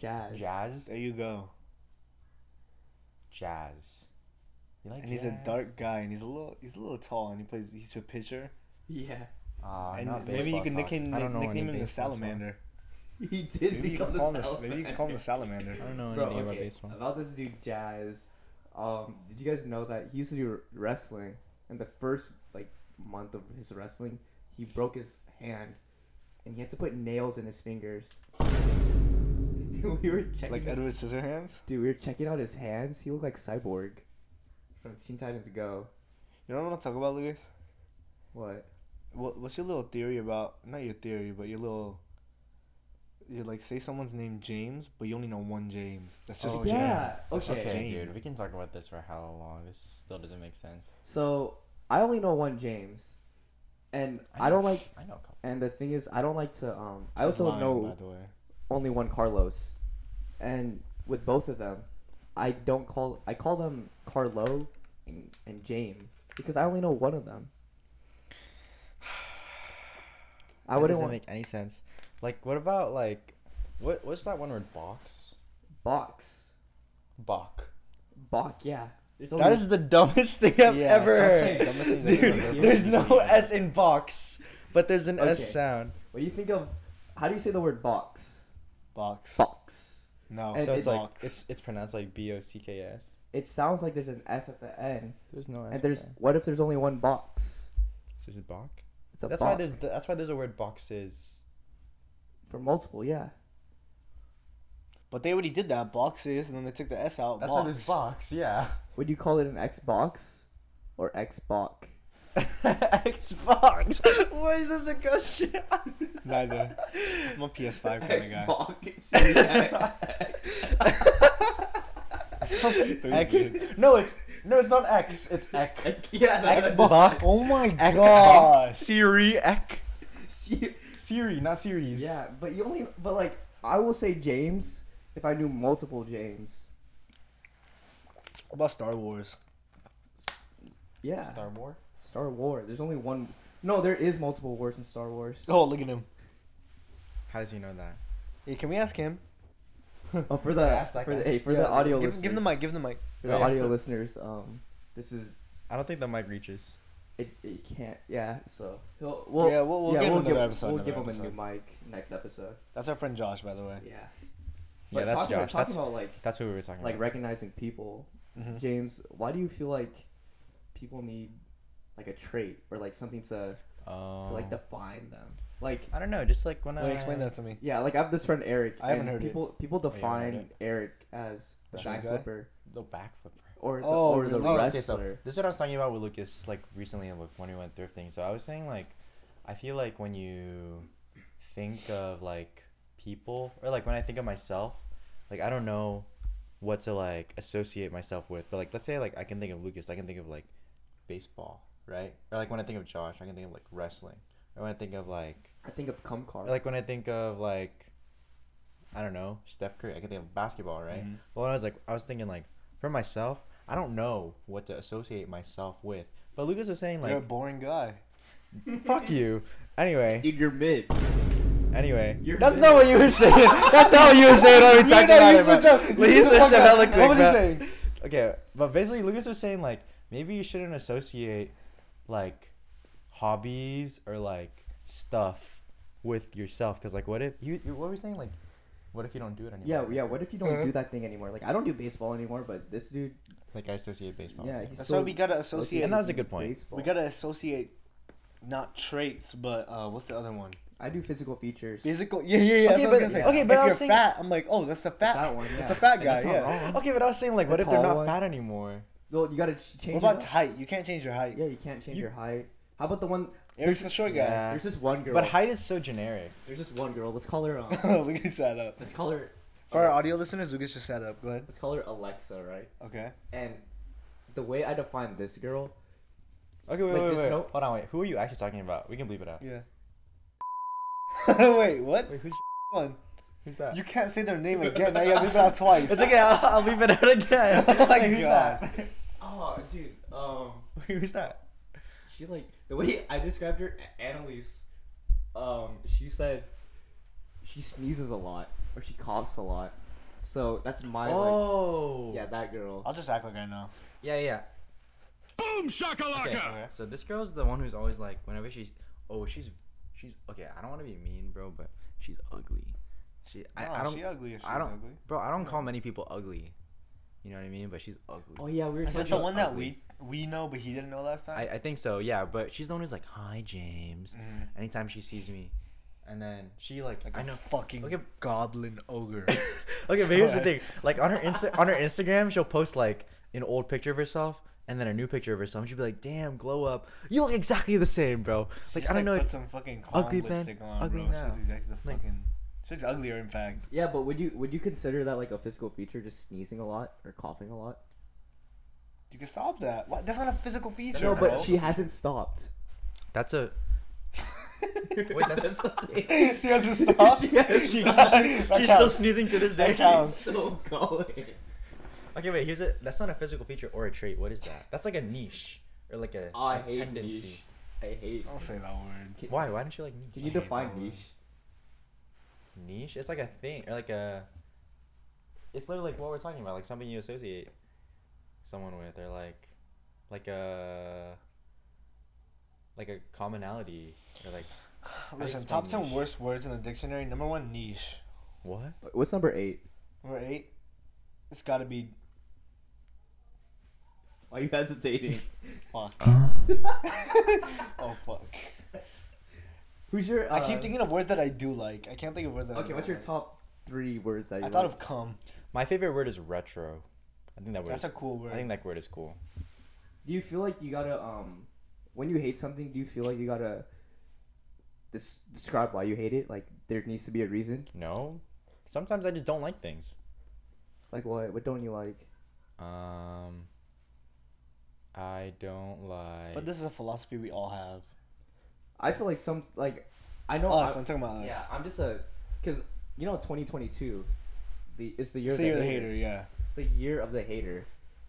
[SPEAKER 3] Jazz.
[SPEAKER 1] Jazz.
[SPEAKER 4] There you go.
[SPEAKER 1] Jazz. You like
[SPEAKER 4] And he's a
[SPEAKER 1] jazz?
[SPEAKER 4] dark guy, and he's a little, he's a little tall, and he plays. He's a pitcher,
[SPEAKER 3] Yeah.
[SPEAKER 1] Ah,
[SPEAKER 4] and
[SPEAKER 1] not
[SPEAKER 4] maybe you
[SPEAKER 1] baseball
[SPEAKER 4] can
[SPEAKER 1] talk.
[SPEAKER 4] nickname,
[SPEAKER 1] I don't know
[SPEAKER 4] nickname
[SPEAKER 1] any
[SPEAKER 4] him the
[SPEAKER 1] baseball talk.
[SPEAKER 4] salamander.
[SPEAKER 3] He did
[SPEAKER 4] Maybe you,
[SPEAKER 3] become
[SPEAKER 4] can
[SPEAKER 3] the
[SPEAKER 4] call him the,
[SPEAKER 3] South
[SPEAKER 4] maybe you can
[SPEAKER 3] End.
[SPEAKER 4] call him the
[SPEAKER 1] I
[SPEAKER 4] salamander.
[SPEAKER 1] don't know
[SPEAKER 3] Bro,
[SPEAKER 1] anything
[SPEAKER 3] okay.
[SPEAKER 1] about baseball.
[SPEAKER 3] About this dude Jazz. Um, did you guys know that he used to do wrestling, and the first like month of his wrestling, he broke his hand, and he had to put nails in his fingers. we were checking,
[SPEAKER 4] Like Edward Scissorhands.
[SPEAKER 3] dude. We were checking out his hands. He looked like Cyborg from Teen Titans Go.
[SPEAKER 4] You know what I want to talk about, Lucas?
[SPEAKER 3] What?
[SPEAKER 4] What, what's your little theory about? Not your theory, but your little. You like say someone's name James, but you only know one James. That's just
[SPEAKER 1] Oh,
[SPEAKER 4] James.
[SPEAKER 3] yeah.
[SPEAKER 4] That's just
[SPEAKER 3] Okay.
[SPEAKER 1] Okay,
[SPEAKER 4] Jane.
[SPEAKER 1] dude, we can talk about this for how long? This still doesn't make sense.
[SPEAKER 3] So I only know one James, and
[SPEAKER 1] know-
[SPEAKER 3] I, don't like.
[SPEAKER 1] I know. a couple.
[SPEAKER 3] And the thing is, I don't like to. Um, I
[SPEAKER 4] That's
[SPEAKER 3] also
[SPEAKER 4] mine,
[SPEAKER 3] know.
[SPEAKER 4] By the way,
[SPEAKER 3] only one Carlos, and with both of them, I don't call I call them Carlo and, and James because I only know one of them. I
[SPEAKER 1] That
[SPEAKER 3] wouldn't
[SPEAKER 1] doesn't
[SPEAKER 3] want
[SPEAKER 1] make any sense. Like, what about like, what what's that one word? Box.
[SPEAKER 3] box
[SPEAKER 1] Bach.
[SPEAKER 3] box Oh, yeah There's
[SPEAKER 1] That is the dumbest thing I've
[SPEAKER 4] Yeah,
[SPEAKER 1] ever
[SPEAKER 4] it's
[SPEAKER 1] heard.
[SPEAKER 4] okay. Dumbest things I've
[SPEAKER 1] Dude,
[SPEAKER 4] ever heard.
[SPEAKER 1] there's no S in box, but there's an
[SPEAKER 3] Okay.
[SPEAKER 1] S sound.
[SPEAKER 3] What do you think of? How do you say the word box?
[SPEAKER 4] Box.
[SPEAKER 3] Box.
[SPEAKER 4] No.
[SPEAKER 3] And
[SPEAKER 1] so it's like
[SPEAKER 4] box.
[SPEAKER 1] it's it's pronounced like B O C K S.
[SPEAKER 3] It sounds like there's an S at the end,
[SPEAKER 1] There's no S.
[SPEAKER 3] and there's what if there's only one box?
[SPEAKER 1] there's a box.
[SPEAKER 3] It's a
[SPEAKER 1] That's
[SPEAKER 3] box
[SPEAKER 1] why there's that's why there's a word boxes.
[SPEAKER 3] for multiple. Yeah.
[SPEAKER 4] but they already did that. Boxes, and then they took the S out.
[SPEAKER 1] That's why
[SPEAKER 4] box.
[SPEAKER 1] there's box. Yeah.
[SPEAKER 3] Would you call it an Xbox or Xbox?
[SPEAKER 1] Xbox. Why is this a question?
[SPEAKER 4] Neither. I'm a PS5 kind of guy. That's so stupid.
[SPEAKER 1] X. No, it's no, it's not X. It's X.
[SPEAKER 3] yeah, that's what
[SPEAKER 1] Xbox.
[SPEAKER 4] Oh my
[SPEAKER 1] Ek-
[SPEAKER 4] gosh.
[SPEAKER 1] Siri Ek.
[SPEAKER 3] it is.
[SPEAKER 1] Siri, not series.
[SPEAKER 3] Yeah, but you only but like I will say James if I knew multiple James.
[SPEAKER 4] What about Star Wars?
[SPEAKER 3] Yeah. Star,
[SPEAKER 1] Star Wars.
[SPEAKER 3] Wars. There's only one. No, there is multiple wars in Star Wars.
[SPEAKER 4] Oh, look at him.
[SPEAKER 1] How does he know that?
[SPEAKER 4] Hey, can we ask him?
[SPEAKER 3] Oh, for the
[SPEAKER 1] Ask that
[SPEAKER 3] for
[SPEAKER 1] guy.
[SPEAKER 3] the hey, for
[SPEAKER 4] Yeah,
[SPEAKER 3] the audio
[SPEAKER 4] give,
[SPEAKER 3] listeners.
[SPEAKER 4] give him the mic. Give him the mic.
[SPEAKER 3] for the
[SPEAKER 1] Yeah,
[SPEAKER 3] audio
[SPEAKER 1] for-
[SPEAKER 3] listeners. Um, this is
[SPEAKER 1] I don't think the mic reaches.
[SPEAKER 3] it. It can't. Yeah. So he'll, we'll
[SPEAKER 4] yeah, we'll, we'll
[SPEAKER 3] yeah,
[SPEAKER 4] give
[SPEAKER 3] we'll
[SPEAKER 4] him another
[SPEAKER 3] give,
[SPEAKER 4] episode.
[SPEAKER 3] We'll
[SPEAKER 4] another
[SPEAKER 3] give him
[SPEAKER 4] episode.
[SPEAKER 3] a new mic next episode.
[SPEAKER 4] That's our friend Josh, by the way.
[SPEAKER 3] Yeah.
[SPEAKER 1] Yeah, that's
[SPEAKER 3] talking,
[SPEAKER 1] Josh.
[SPEAKER 3] Talking
[SPEAKER 1] That's Mm-hmm.
[SPEAKER 3] about like
[SPEAKER 1] that's what we were talking
[SPEAKER 3] like
[SPEAKER 1] about.
[SPEAKER 3] recognizing people.
[SPEAKER 4] Mhm.
[SPEAKER 3] James, why do you feel like people need like a trait or like something to
[SPEAKER 1] Oh.
[SPEAKER 3] to like define them? Like
[SPEAKER 1] I don't know. Just like when I
[SPEAKER 4] Wait, explain that to me.
[SPEAKER 3] yeah, like I have this friend Eric.
[SPEAKER 4] I haven't
[SPEAKER 3] and
[SPEAKER 4] heard it.
[SPEAKER 3] people people
[SPEAKER 1] Oh, you haven't heard
[SPEAKER 3] define
[SPEAKER 1] it?
[SPEAKER 3] Eric as the
[SPEAKER 4] That
[SPEAKER 3] back
[SPEAKER 4] guy?
[SPEAKER 3] flipper
[SPEAKER 1] The backflipper.
[SPEAKER 3] or the,
[SPEAKER 4] Oh,
[SPEAKER 3] or the
[SPEAKER 4] really?
[SPEAKER 1] Okay, so
[SPEAKER 3] wrestler.
[SPEAKER 1] this is what I was talking about with Lucas like recently like, when we went thrifting. So I was saying like, I feel like when you think of like people or like when I think of myself, like I don't know what to like associate myself with. But like let's say like I can think of Lucas, I can think of like baseball, right? Or like when I think of Josh, I can think of like wrestling. Or when I think of like
[SPEAKER 3] I think of cum car.
[SPEAKER 1] or, like when I think of like, I don't know Steph Curry, I can think of basketball, right?
[SPEAKER 4] Mhm.
[SPEAKER 1] Well, I was like, I was thinking like for myself, I don't know what to associate myself with. But Lucas was saying
[SPEAKER 4] You're a
[SPEAKER 1] like,
[SPEAKER 4] boring guy.
[SPEAKER 1] fuck you. Anyway,
[SPEAKER 3] Dude, you're mid.
[SPEAKER 1] anyway,
[SPEAKER 3] You're
[SPEAKER 1] that's not what you were saying. that's not what you were saying when we talked about it. but- Well, he switched up hella quick,
[SPEAKER 4] What was he
[SPEAKER 1] but-
[SPEAKER 4] saying?
[SPEAKER 1] Okay, but basically Lucas was saying like maybe you shouldn't associate like hobbies or like stuff with yourself because like what if you you- what were you saying like what if you don't do it anymore?
[SPEAKER 3] Yeah, yeah. What if you don't
[SPEAKER 4] Uh-huh.
[SPEAKER 3] do that thing anymore? Like I don't do baseball anymore, but this dude.
[SPEAKER 1] Like I associate baseball.
[SPEAKER 3] Yeah,
[SPEAKER 1] with
[SPEAKER 3] he's
[SPEAKER 1] that.
[SPEAKER 4] That's why we gotta associate.
[SPEAKER 1] And that was a good point.
[SPEAKER 3] Baseball.
[SPEAKER 4] we gotta associate, not traits, but uh, what's the other one?
[SPEAKER 3] I do physical features.
[SPEAKER 4] Physical. Yeah, yeah, yeah.
[SPEAKER 1] Okay,
[SPEAKER 4] that's
[SPEAKER 1] but-
[SPEAKER 4] what I was gonna say.
[SPEAKER 1] okay, but
[SPEAKER 4] if
[SPEAKER 1] I
[SPEAKER 4] you're
[SPEAKER 1] was saying-
[SPEAKER 4] fat, I'm like, oh, that's the fat.
[SPEAKER 3] that one,
[SPEAKER 4] That's
[SPEAKER 3] yeah.
[SPEAKER 4] the fat
[SPEAKER 3] Like,
[SPEAKER 4] guy.
[SPEAKER 3] that's not
[SPEAKER 4] Yeah.
[SPEAKER 3] wrong.
[SPEAKER 1] Okay, but I was saying like,
[SPEAKER 3] The
[SPEAKER 1] what if they're
[SPEAKER 3] tall
[SPEAKER 1] not
[SPEAKER 3] one?
[SPEAKER 1] fat anymore?
[SPEAKER 3] Well, you gotta ch-
[SPEAKER 4] What
[SPEAKER 3] change. your
[SPEAKER 4] about
[SPEAKER 3] height.
[SPEAKER 4] height? You can't change your height.
[SPEAKER 3] Yeah, you can't change
[SPEAKER 1] You-
[SPEAKER 3] your height. How about the one?
[SPEAKER 4] Eric's the short guy.
[SPEAKER 1] Yeah.
[SPEAKER 3] There's this one girl.
[SPEAKER 1] But height is so generic.
[SPEAKER 3] There's this one girl. Let's call her. Um,
[SPEAKER 4] Look at that up.
[SPEAKER 3] let's call her.
[SPEAKER 4] For our audio listeners, Lucas just sat up. Go ahead.
[SPEAKER 3] Let's call her Alexa, right?
[SPEAKER 4] Okay.
[SPEAKER 3] And the way I define this girl,
[SPEAKER 1] Okay, wait,
[SPEAKER 3] Like,
[SPEAKER 1] wait,
[SPEAKER 3] just
[SPEAKER 1] wait.
[SPEAKER 3] note-
[SPEAKER 1] Hold on, wait. Who are you actually talking about? We can bleep it out.
[SPEAKER 4] Yeah. Wait, what?
[SPEAKER 1] Wait, who's
[SPEAKER 4] One.
[SPEAKER 1] who's that?
[SPEAKER 4] You can't say their name again. Now you have to do that twice.
[SPEAKER 1] It's okay. I'll, I'll leave it out again.
[SPEAKER 4] Oh my
[SPEAKER 1] who's
[SPEAKER 4] God.
[SPEAKER 1] that?
[SPEAKER 3] oh, dude, um,
[SPEAKER 1] Wait, who's that?
[SPEAKER 3] she like the way I described her, A- Annalise, um, she said she sneezes a lot or she coughs a lot, so that's my like,
[SPEAKER 1] oh.
[SPEAKER 3] yeah, that girl.
[SPEAKER 4] I'll just act like I know.
[SPEAKER 1] Yeah, yeah.
[SPEAKER 2] Boom
[SPEAKER 1] Okay.
[SPEAKER 2] shakalaka!
[SPEAKER 4] Okay.
[SPEAKER 1] So this girl's the one who's always like, whenever she's, oh, she's, she's okay. I don't want to be mean, bro, but she's ugly. She, I,
[SPEAKER 4] No,
[SPEAKER 1] I don't,
[SPEAKER 4] Oh, she ugly if she's
[SPEAKER 1] I don't,
[SPEAKER 4] ugly.
[SPEAKER 1] bro, I don't call many people ugly. You know what I mean? But she's ugly.
[SPEAKER 3] Oh yeah, we were
[SPEAKER 4] Is
[SPEAKER 3] talking
[SPEAKER 4] it the
[SPEAKER 3] about-
[SPEAKER 4] one that
[SPEAKER 1] ugly.
[SPEAKER 4] we we know but he didn't know last time?
[SPEAKER 1] I, I think so, yeah. But she's the one who's like, "Hi, James."
[SPEAKER 4] Mhm.
[SPEAKER 1] Anytime she sees me, and then she like,
[SPEAKER 4] like
[SPEAKER 1] I
[SPEAKER 4] a
[SPEAKER 1] know.
[SPEAKER 4] fucking
[SPEAKER 1] Okay.
[SPEAKER 4] goblin ogre.
[SPEAKER 1] okay, but here's the
[SPEAKER 4] God.
[SPEAKER 1] thing. Like on her Insta- on her Instagram, she'll post like an old picture of herself and then a new picture of herself. She'll be like, "Damn, glow up. You look exactly the same, bro." Like
[SPEAKER 4] She's
[SPEAKER 1] I don't know.
[SPEAKER 4] Put some fucking clown
[SPEAKER 1] ugly then,
[SPEAKER 4] lipstick on,
[SPEAKER 1] ugly
[SPEAKER 4] bro. She
[SPEAKER 1] now.
[SPEAKER 4] looks exactly the
[SPEAKER 1] Like-
[SPEAKER 4] fucking. She looks uglier, in fact.
[SPEAKER 3] Yeah, but would you would you consider that like a physical feature, just sneezing a lot or coughing a lot?
[SPEAKER 4] You can stop that. What? That's not a physical feature.
[SPEAKER 3] No,
[SPEAKER 4] bro.
[SPEAKER 3] but she hasn't stopped.
[SPEAKER 1] That's a wait. That's
[SPEAKER 4] oh, she has to stop.
[SPEAKER 3] She has-
[SPEAKER 1] she,
[SPEAKER 4] That
[SPEAKER 1] she's still
[SPEAKER 4] counts.
[SPEAKER 1] sneezing to this
[SPEAKER 4] That
[SPEAKER 1] day.
[SPEAKER 4] counts.
[SPEAKER 3] so going.
[SPEAKER 1] Okay, wait. Here's a. That's not a physical feature or a trait. What is that? That's like a niche or like a,
[SPEAKER 3] I
[SPEAKER 1] a
[SPEAKER 3] hate
[SPEAKER 1] tendency.
[SPEAKER 3] niche. I hate.
[SPEAKER 4] Don't say that word.
[SPEAKER 3] Can,
[SPEAKER 1] Why? Why don't you like niche?
[SPEAKER 3] Can you define niche?
[SPEAKER 1] niche it's like a thing or like a it's literally like what we're talking about like something you associate someone with or like like a like a commonality or like
[SPEAKER 4] Listen,
[SPEAKER 1] explain
[SPEAKER 4] top ten
[SPEAKER 1] niche?
[SPEAKER 4] worst words in the dictionary. Number one, niche.
[SPEAKER 1] what?
[SPEAKER 3] What's number eight?
[SPEAKER 4] Number eight, it's gotta be
[SPEAKER 3] Why are you hesitating?
[SPEAKER 4] fuck. oh fuck.
[SPEAKER 3] Who's your?
[SPEAKER 4] I
[SPEAKER 1] Um,
[SPEAKER 4] keep
[SPEAKER 3] uh,
[SPEAKER 4] thinking of words that I do like. I can't think of words that. I
[SPEAKER 3] Okay,
[SPEAKER 4] don't
[SPEAKER 3] what's your
[SPEAKER 4] like.
[SPEAKER 3] top three words that you
[SPEAKER 4] I thought
[SPEAKER 3] like?
[SPEAKER 4] of cum.
[SPEAKER 1] My favorite word is retro. I think that word.
[SPEAKER 4] That's
[SPEAKER 1] Is,
[SPEAKER 4] a cool word.
[SPEAKER 1] I think that word is cool.
[SPEAKER 3] Do you feel like you gotta um, when you hate something, do you feel like you gotta des- describe why you hate it? Like there needs to be a reason.
[SPEAKER 1] No, sometimes I just don't like things.
[SPEAKER 3] Like what? What don't you like?
[SPEAKER 1] Um, I don't like.
[SPEAKER 4] but this is a philosophy we all have.
[SPEAKER 3] I feel like some like I know.
[SPEAKER 4] us,
[SPEAKER 3] I-
[SPEAKER 4] I'm talking about us.
[SPEAKER 3] yeah, I'm just a because you know 2022, the it's the year
[SPEAKER 4] It's the
[SPEAKER 3] of the
[SPEAKER 4] year of the
[SPEAKER 3] hater.
[SPEAKER 4] hater, yeah.
[SPEAKER 3] It's the year of the hater,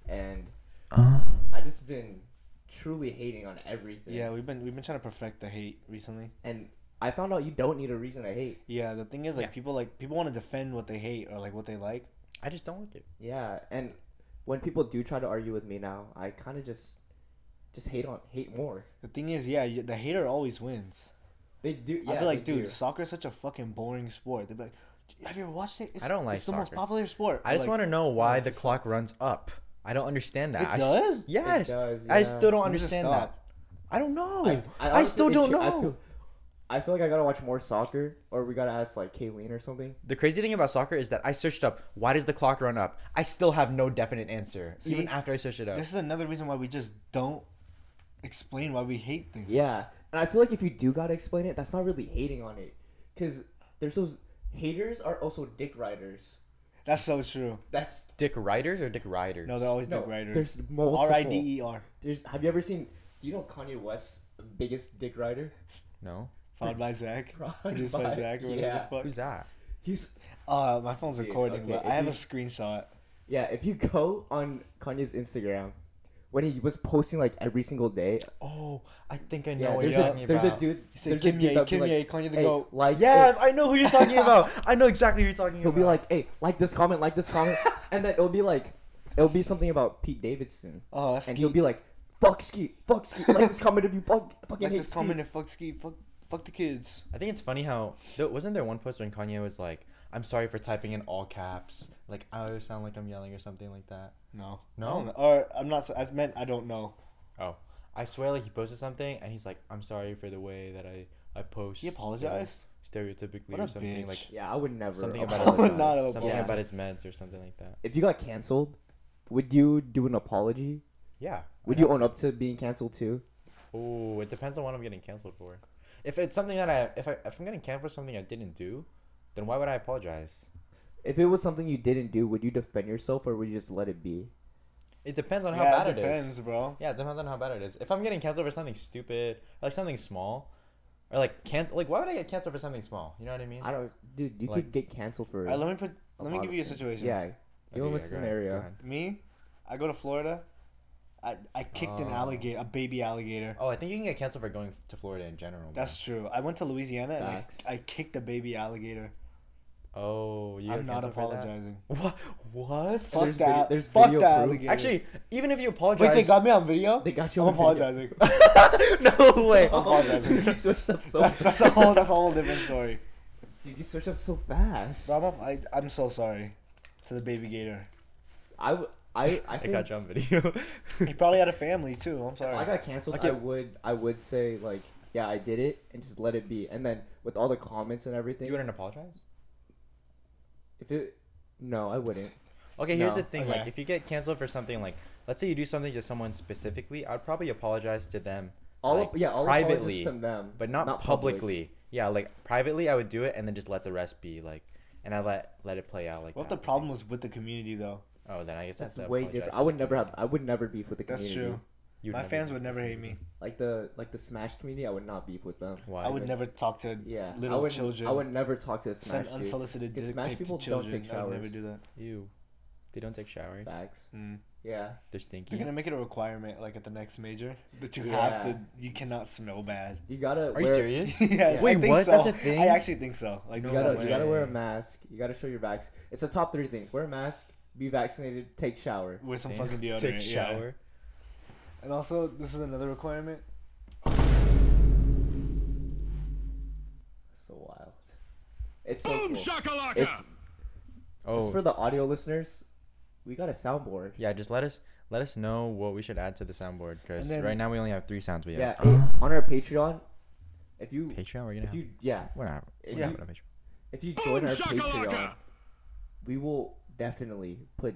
[SPEAKER 3] and I just been truly hating on everything.
[SPEAKER 4] Yeah, we've been we've been trying to perfect the hate recently.
[SPEAKER 3] and I found out you don't need a reason to hate.
[SPEAKER 4] Yeah, the thing is like
[SPEAKER 1] Yeah.
[SPEAKER 4] people like people want to defend what they hate or like what they like.
[SPEAKER 1] I just don't like it.
[SPEAKER 3] Yeah, and when people do try to argue with me now, I kind of just just hate on hate more.
[SPEAKER 4] The thing is, yeah, you- the hater always wins.
[SPEAKER 3] They do. Yeah,
[SPEAKER 4] I'd be like,
[SPEAKER 3] they
[SPEAKER 4] dude,
[SPEAKER 3] do.
[SPEAKER 4] soccer is such a fucking boring sport. They'd be like, have you ever watched it? It's,
[SPEAKER 1] I don't like
[SPEAKER 4] It's the most
[SPEAKER 1] soccer.
[SPEAKER 4] popular sport.
[SPEAKER 1] I oh, just want to know why
[SPEAKER 4] it
[SPEAKER 1] the
[SPEAKER 4] just
[SPEAKER 1] clock runs up. I don't understand that.
[SPEAKER 4] It
[SPEAKER 1] I s-
[SPEAKER 4] does? It
[SPEAKER 1] yes.
[SPEAKER 3] does,
[SPEAKER 1] I
[SPEAKER 3] yeah.
[SPEAKER 1] still don't
[SPEAKER 4] When does it
[SPEAKER 1] understand that. I don't know. I,
[SPEAKER 3] honestly-
[SPEAKER 1] still
[SPEAKER 3] it
[SPEAKER 1] don't
[SPEAKER 3] ch-
[SPEAKER 1] know.
[SPEAKER 3] I feel, I feel like I gotta watch more soccer, or we gotta ask like Kayleen or something.
[SPEAKER 1] The crazy thing about soccer is that I searched up why does the clock run up. I still have no definite answer even
[SPEAKER 4] See?
[SPEAKER 1] after I searched it up.
[SPEAKER 4] This is another reason why we just don't explain why we hate things.
[SPEAKER 3] Yeah, and I feel like if you do gotta explain it, that's not really hating on it, because there's those haters are also dick riders.
[SPEAKER 4] That's so true.
[SPEAKER 3] That's
[SPEAKER 1] Dick Riders or Dick Riders?
[SPEAKER 4] No, they're always
[SPEAKER 3] no,
[SPEAKER 4] dick writers.
[SPEAKER 3] There's multiple.
[SPEAKER 4] R I D E R.
[SPEAKER 3] There's. Have you ever seen? Do you know Kanye West's biggest dick rider?
[SPEAKER 1] No?
[SPEAKER 4] Followed by Zach.
[SPEAKER 3] Prod
[SPEAKER 4] Produced
[SPEAKER 3] by-
[SPEAKER 4] by Zach or whatever
[SPEAKER 3] yeah.
[SPEAKER 4] the fuck.
[SPEAKER 1] Who's that?
[SPEAKER 3] He's
[SPEAKER 4] Uh, my phone's
[SPEAKER 3] Dude,
[SPEAKER 4] recording,
[SPEAKER 3] okay,
[SPEAKER 4] but
[SPEAKER 3] if
[SPEAKER 4] I have
[SPEAKER 3] you-
[SPEAKER 4] a screenshot.
[SPEAKER 3] Yeah, if you go on Kanye's Instagram, when he was posting like every single day,
[SPEAKER 1] Oh, I think I
[SPEAKER 3] yeah,
[SPEAKER 1] know what
[SPEAKER 3] there's,
[SPEAKER 1] you're
[SPEAKER 4] yeah.
[SPEAKER 3] a,
[SPEAKER 1] talking
[SPEAKER 3] there's a
[SPEAKER 1] about.
[SPEAKER 3] dude.
[SPEAKER 4] He said,
[SPEAKER 3] There's a
[SPEAKER 4] "Kim
[SPEAKER 3] dude
[SPEAKER 4] Ye,
[SPEAKER 3] that'll be
[SPEAKER 4] Kim Ye,
[SPEAKER 3] like,
[SPEAKER 4] Kanye the
[SPEAKER 3] "Hey,
[SPEAKER 4] GOAT."
[SPEAKER 3] Like,
[SPEAKER 1] Yes,
[SPEAKER 3] it."
[SPEAKER 1] I know who you're talking about. I know exactly who you're talking
[SPEAKER 3] he'll
[SPEAKER 1] about.
[SPEAKER 3] be like, "Hey, like this comment, like this comment," and then it'll be like, it'll be something about Pete Davidson,
[SPEAKER 4] Oh, that's
[SPEAKER 3] and
[SPEAKER 4] Skeet.
[SPEAKER 3] he'll be like, "Fuck Skeet, fuck Skeet, like this comment if you fuck, fucking
[SPEAKER 4] like
[SPEAKER 3] hate
[SPEAKER 4] this
[SPEAKER 3] Skeet."
[SPEAKER 4] comment and fuck Skeet, fuck, fuck the kids.
[SPEAKER 1] I think it's funny how there, wasn't there one post when Kanye was like, "I'm sorry for typing in all caps. Like I always sound like I'm yelling or something like that."
[SPEAKER 4] No,
[SPEAKER 1] No?
[SPEAKER 4] I don't know. Or I'm not. s- I meant I don't know.
[SPEAKER 1] Oh, I swear, like he posted something and he's like, "I'm sorry for the way that I I post."
[SPEAKER 4] He apologized.
[SPEAKER 1] stereotypically
[SPEAKER 4] What
[SPEAKER 1] or
[SPEAKER 4] a
[SPEAKER 1] something
[SPEAKER 4] bitch.
[SPEAKER 1] like
[SPEAKER 3] Yeah, I would never.
[SPEAKER 1] something
[SPEAKER 4] about
[SPEAKER 1] about
[SPEAKER 4] it.
[SPEAKER 1] his,
[SPEAKER 3] apologize.
[SPEAKER 4] Not a-
[SPEAKER 1] something
[SPEAKER 3] yeah.
[SPEAKER 1] about his meds or something like that.
[SPEAKER 3] If you got canceled, would you do an apology?
[SPEAKER 1] Yeah.
[SPEAKER 3] Would you own up to being canceled too?
[SPEAKER 1] Oh, it depends on what I'm getting canceled for. If it's something that I if I if I'm getting canceled for something I didn't do, then why would I apologize?
[SPEAKER 3] If it was something you didn't do, would you defend yourself or would you just let it be?
[SPEAKER 1] It depends on how
[SPEAKER 4] yeah,
[SPEAKER 1] bad
[SPEAKER 4] it depends,
[SPEAKER 1] it is.
[SPEAKER 4] bro.
[SPEAKER 1] Yeah, it depends on how bad it is. If I'm getting canceled for something stupid, or like something small, or like cancel, like why would I get canceled for something small? You know what I mean?
[SPEAKER 3] I don't, dude. You
[SPEAKER 1] Like-
[SPEAKER 3] could get canceled for.
[SPEAKER 4] All right, let me put.
[SPEAKER 3] a
[SPEAKER 4] Let me
[SPEAKER 3] lot
[SPEAKER 4] give
[SPEAKER 3] of
[SPEAKER 4] you a
[SPEAKER 3] things.
[SPEAKER 4] situation.
[SPEAKER 3] Yeah, give him
[SPEAKER 1] yeah,
[SPEAKER 3] a
[SPEAKER 1] go ahead,
[SPEAKER 3] scenario.
[SPEAKER 1] go ahead.
[SPEAKER 4] Me, I go to Florida. I I kicked an
[SPEAKER 1] Oh.
[SPEAKER 4] alligator, a baby alligator.
[SPEAKER 1] Oh, I think you can get canceled for going to Florida in general.
[SPEAKER 4] That's true. I went to Louisiana and I,
[SPEAKER 3] Facts.
[SPEAKER 4] I kicked a baby alligator.
[SPEAKER 1] man. oh, you got
[SPEAKER 4] I'm not
[SPEAKER 1] canceled for that?
[SPEAKER 4] apologizing.
[SPEAKER 1] What? What?
[SPEAKER 4] Fuck
[SPEAKER 3] there's vid-
[SPEAKER 4] that.
[SPEAKER 3] there's
[SPEAKER 4] Fuck
[SPEAKER 3] video
[SPEAKER 4] that
[SPEAKER 3] proof.
[SPEAKER 4] alligator.
[SPEAKER 1] Actually, even if you
[SPEAKER 4] wait,
[SPEAKER 1] apologize,
[SPEAKER 4] they got me on video.
[SPEAKER 3] They got you
[SPEAKER 4] I'm
[SPEAKER 3] on video.
[SPEAKER 4] apologizing.
[SPEAKER 1] no way.
[SPEAKER 4] I'm apologizing.
[SPEAKER 3] Dude, you switched up so.
[SPEAKER 4] that's, that's a whole. That's a whole different story.
[SPEAKER 3] dude, you switched up so fast.
[SPEAKER 4] Bro, I'm, up, I, I'm so sorry to the baby gator.
[SPEAKER 3] I, w- I, I
[SPEAKER 1] I
[SPEAKER 3] think
[SPEAKER 1] got you on video.
[SPEAKER 4] He probably had a family too. I'm
[SPEAKER 3] if
[SPEAKER 4] sorry.
[SPEAKER 3] I got canceled.
[SPEAKER 1] Okay.
[SPEAKER 3] I would, I would say like, yeah, I did it, and just let it be. And then with all the comments and everything,
[SPEAKER 1] you wouldn't apologize?
[SPEAKER 3] if it, no, I wouldn't.
[SPEAKER 1] Okay, here's
[SPEAKER 3] No.
[SPEAKER 1] the thing. Like,
[SPEAKER 4] Okay.
[SPEAKER 1] if you get canceled for something, like, let's say you do something to someone specifically, I'd probably apologize to them,
[SPEAKER 3] All
[SPEAKER 1] Like,
[SPEAKER 3] up- yeah, all
[SPEAKER 1] privately,
[SPEAKER 3] privately from them,
[SPEAKER 1] but not,
[SPEAKER 3] public.
[SPEAKER 1] publicly. Yeah, like privately, I would do it and then just let the rest be. Like, and I let let it play out. Like,
[SPEAKER 4] what if the
[SPEAKER 1] that.
[SPEAKER 4] problem was with the community though?
[SPEAKER 1] Oh, then I guess
[SPEAKER 3] That's
[SPEAKER 1] that's
[SPEAKER 3] way different. I would never have. I would never beef with the
[SPEAKER 4] That's
[SPEAKER 3] community.
[SPEAKER 4] true. My fans would never hate me.
[SPEAKER 3] Like the like the Smash community, I would not beef with them.
[SPEAKER 1] Why?
[SPEAKER 4] I would never talk to
[SPEAKER 3] Yeah,
[SPEAKER 4] little
[SPEAKER 3] I would,
[SPEAKER 4] children.
[SPEAKER 3] I would never talk to a Smash
[SPEAKER 4] send
[SPEAKER 3] dude.
[SPEAKER 4] unsolicited
[SPEAKER 3] 'Cause
[SPEAKER 4] dick
[SPEAKER 3] Smash
[SPEAKER 4] pic
[SPEAKER 3] people
[SPEAKER 4] to
[SPEAKER 3] don't
[SPEAKER 4] children.
[SPEAKER 3] take
[SPEAKER 4] I would never
[SPEAKER 3] showers.
[SPEAKER 4] do that.
[SPEAKER 1] Ew, they don't take showers.
[SPEAKER 3] Facts.
[SPEAKER 4] Mm.
[SPEAKER 3] Yeah.
[SPEAKER 1] They're
[SPEAKER 4] They're
[SPEAKER 1] stinky.
[SPEAKER 4] gonna make it a requirement, like at the next major, that you have
[SPEAKER 3] Yeah.
[SPEAKER 4] to. You cannot smell bad.
[SPEAKER 3] You gotta.
[SPEAKER 1] Are you
[SPEAKER 3] wear,
[SPEAKER 1] serious?
[SPEAKER 4] yes,
[SPEAKER 1] Wait,
[SPEAKER 4] I think
[SPEAKER 1] what?
[SPEAKER 4] So.
[SPEAKER 1] That's a thing?
[SPEAKER 4] I actually think so. Like
[SPEAKER 3] You
[SPEAKER 4] this
[SPEAKER 1] No
[SPEAKER 3] gotta,
[SPEAKER 4] is
[SPEAKER 3] you
[SPEAKER 4] the
[SPEAKER 1] way.
[SPEAKER 3] gotta
[SPEAKER 4] way.
[SPEAKER 3] wear a mask. You gotta show your backs. It's the top three things: wear a mask, be vaccinated, take shower.
[SPEAKER 4] with some
[SPEAKER 1] Damn.
[SPEAKER 4] fucking deodorant.
[SPEAKER 1] Take
[SPEAKER 4] yeah.
[SPEAKER 1] shower.
[SPEAKER 4] And also, this is another requirement.
[SPEAKER 3] So wild. It's so cool.
[SPEAKER 2] shakalaka!
[SPEAKER 3] If-
[SPEAKER 1] Oh,
[SPEAKER 3] It's for the audio listeners. We got a soundboard.
[SPEAKER 1] yeah. Just let us let us know what we should add to the soundboard because
[SPEAKER 4] And then-
[SPEAKER 1] right now we only have three sounds. We
[SPEAKER 3] Yeah,
[SPEAKER 1] have
[SPEAKER 3] it- on our Patreon, if you
[SPEAKER 1] Patreon. We're gonna
[SPEAKER 3] if
[SPEAKER 1] have.
[SPEAKER 3] you yeah
[SPEAKER 1] we're not. We're not
[SPEAKER 3] if you-
[SPEAKER 1] having a Patreon.
[SPEAKER 3] if you
[SPEAKER 2] Boom
[SPEAKER 3] join our Patreon,
[SPEAKER 2] shakalaka!
[SPEAKER 3] we will definitely put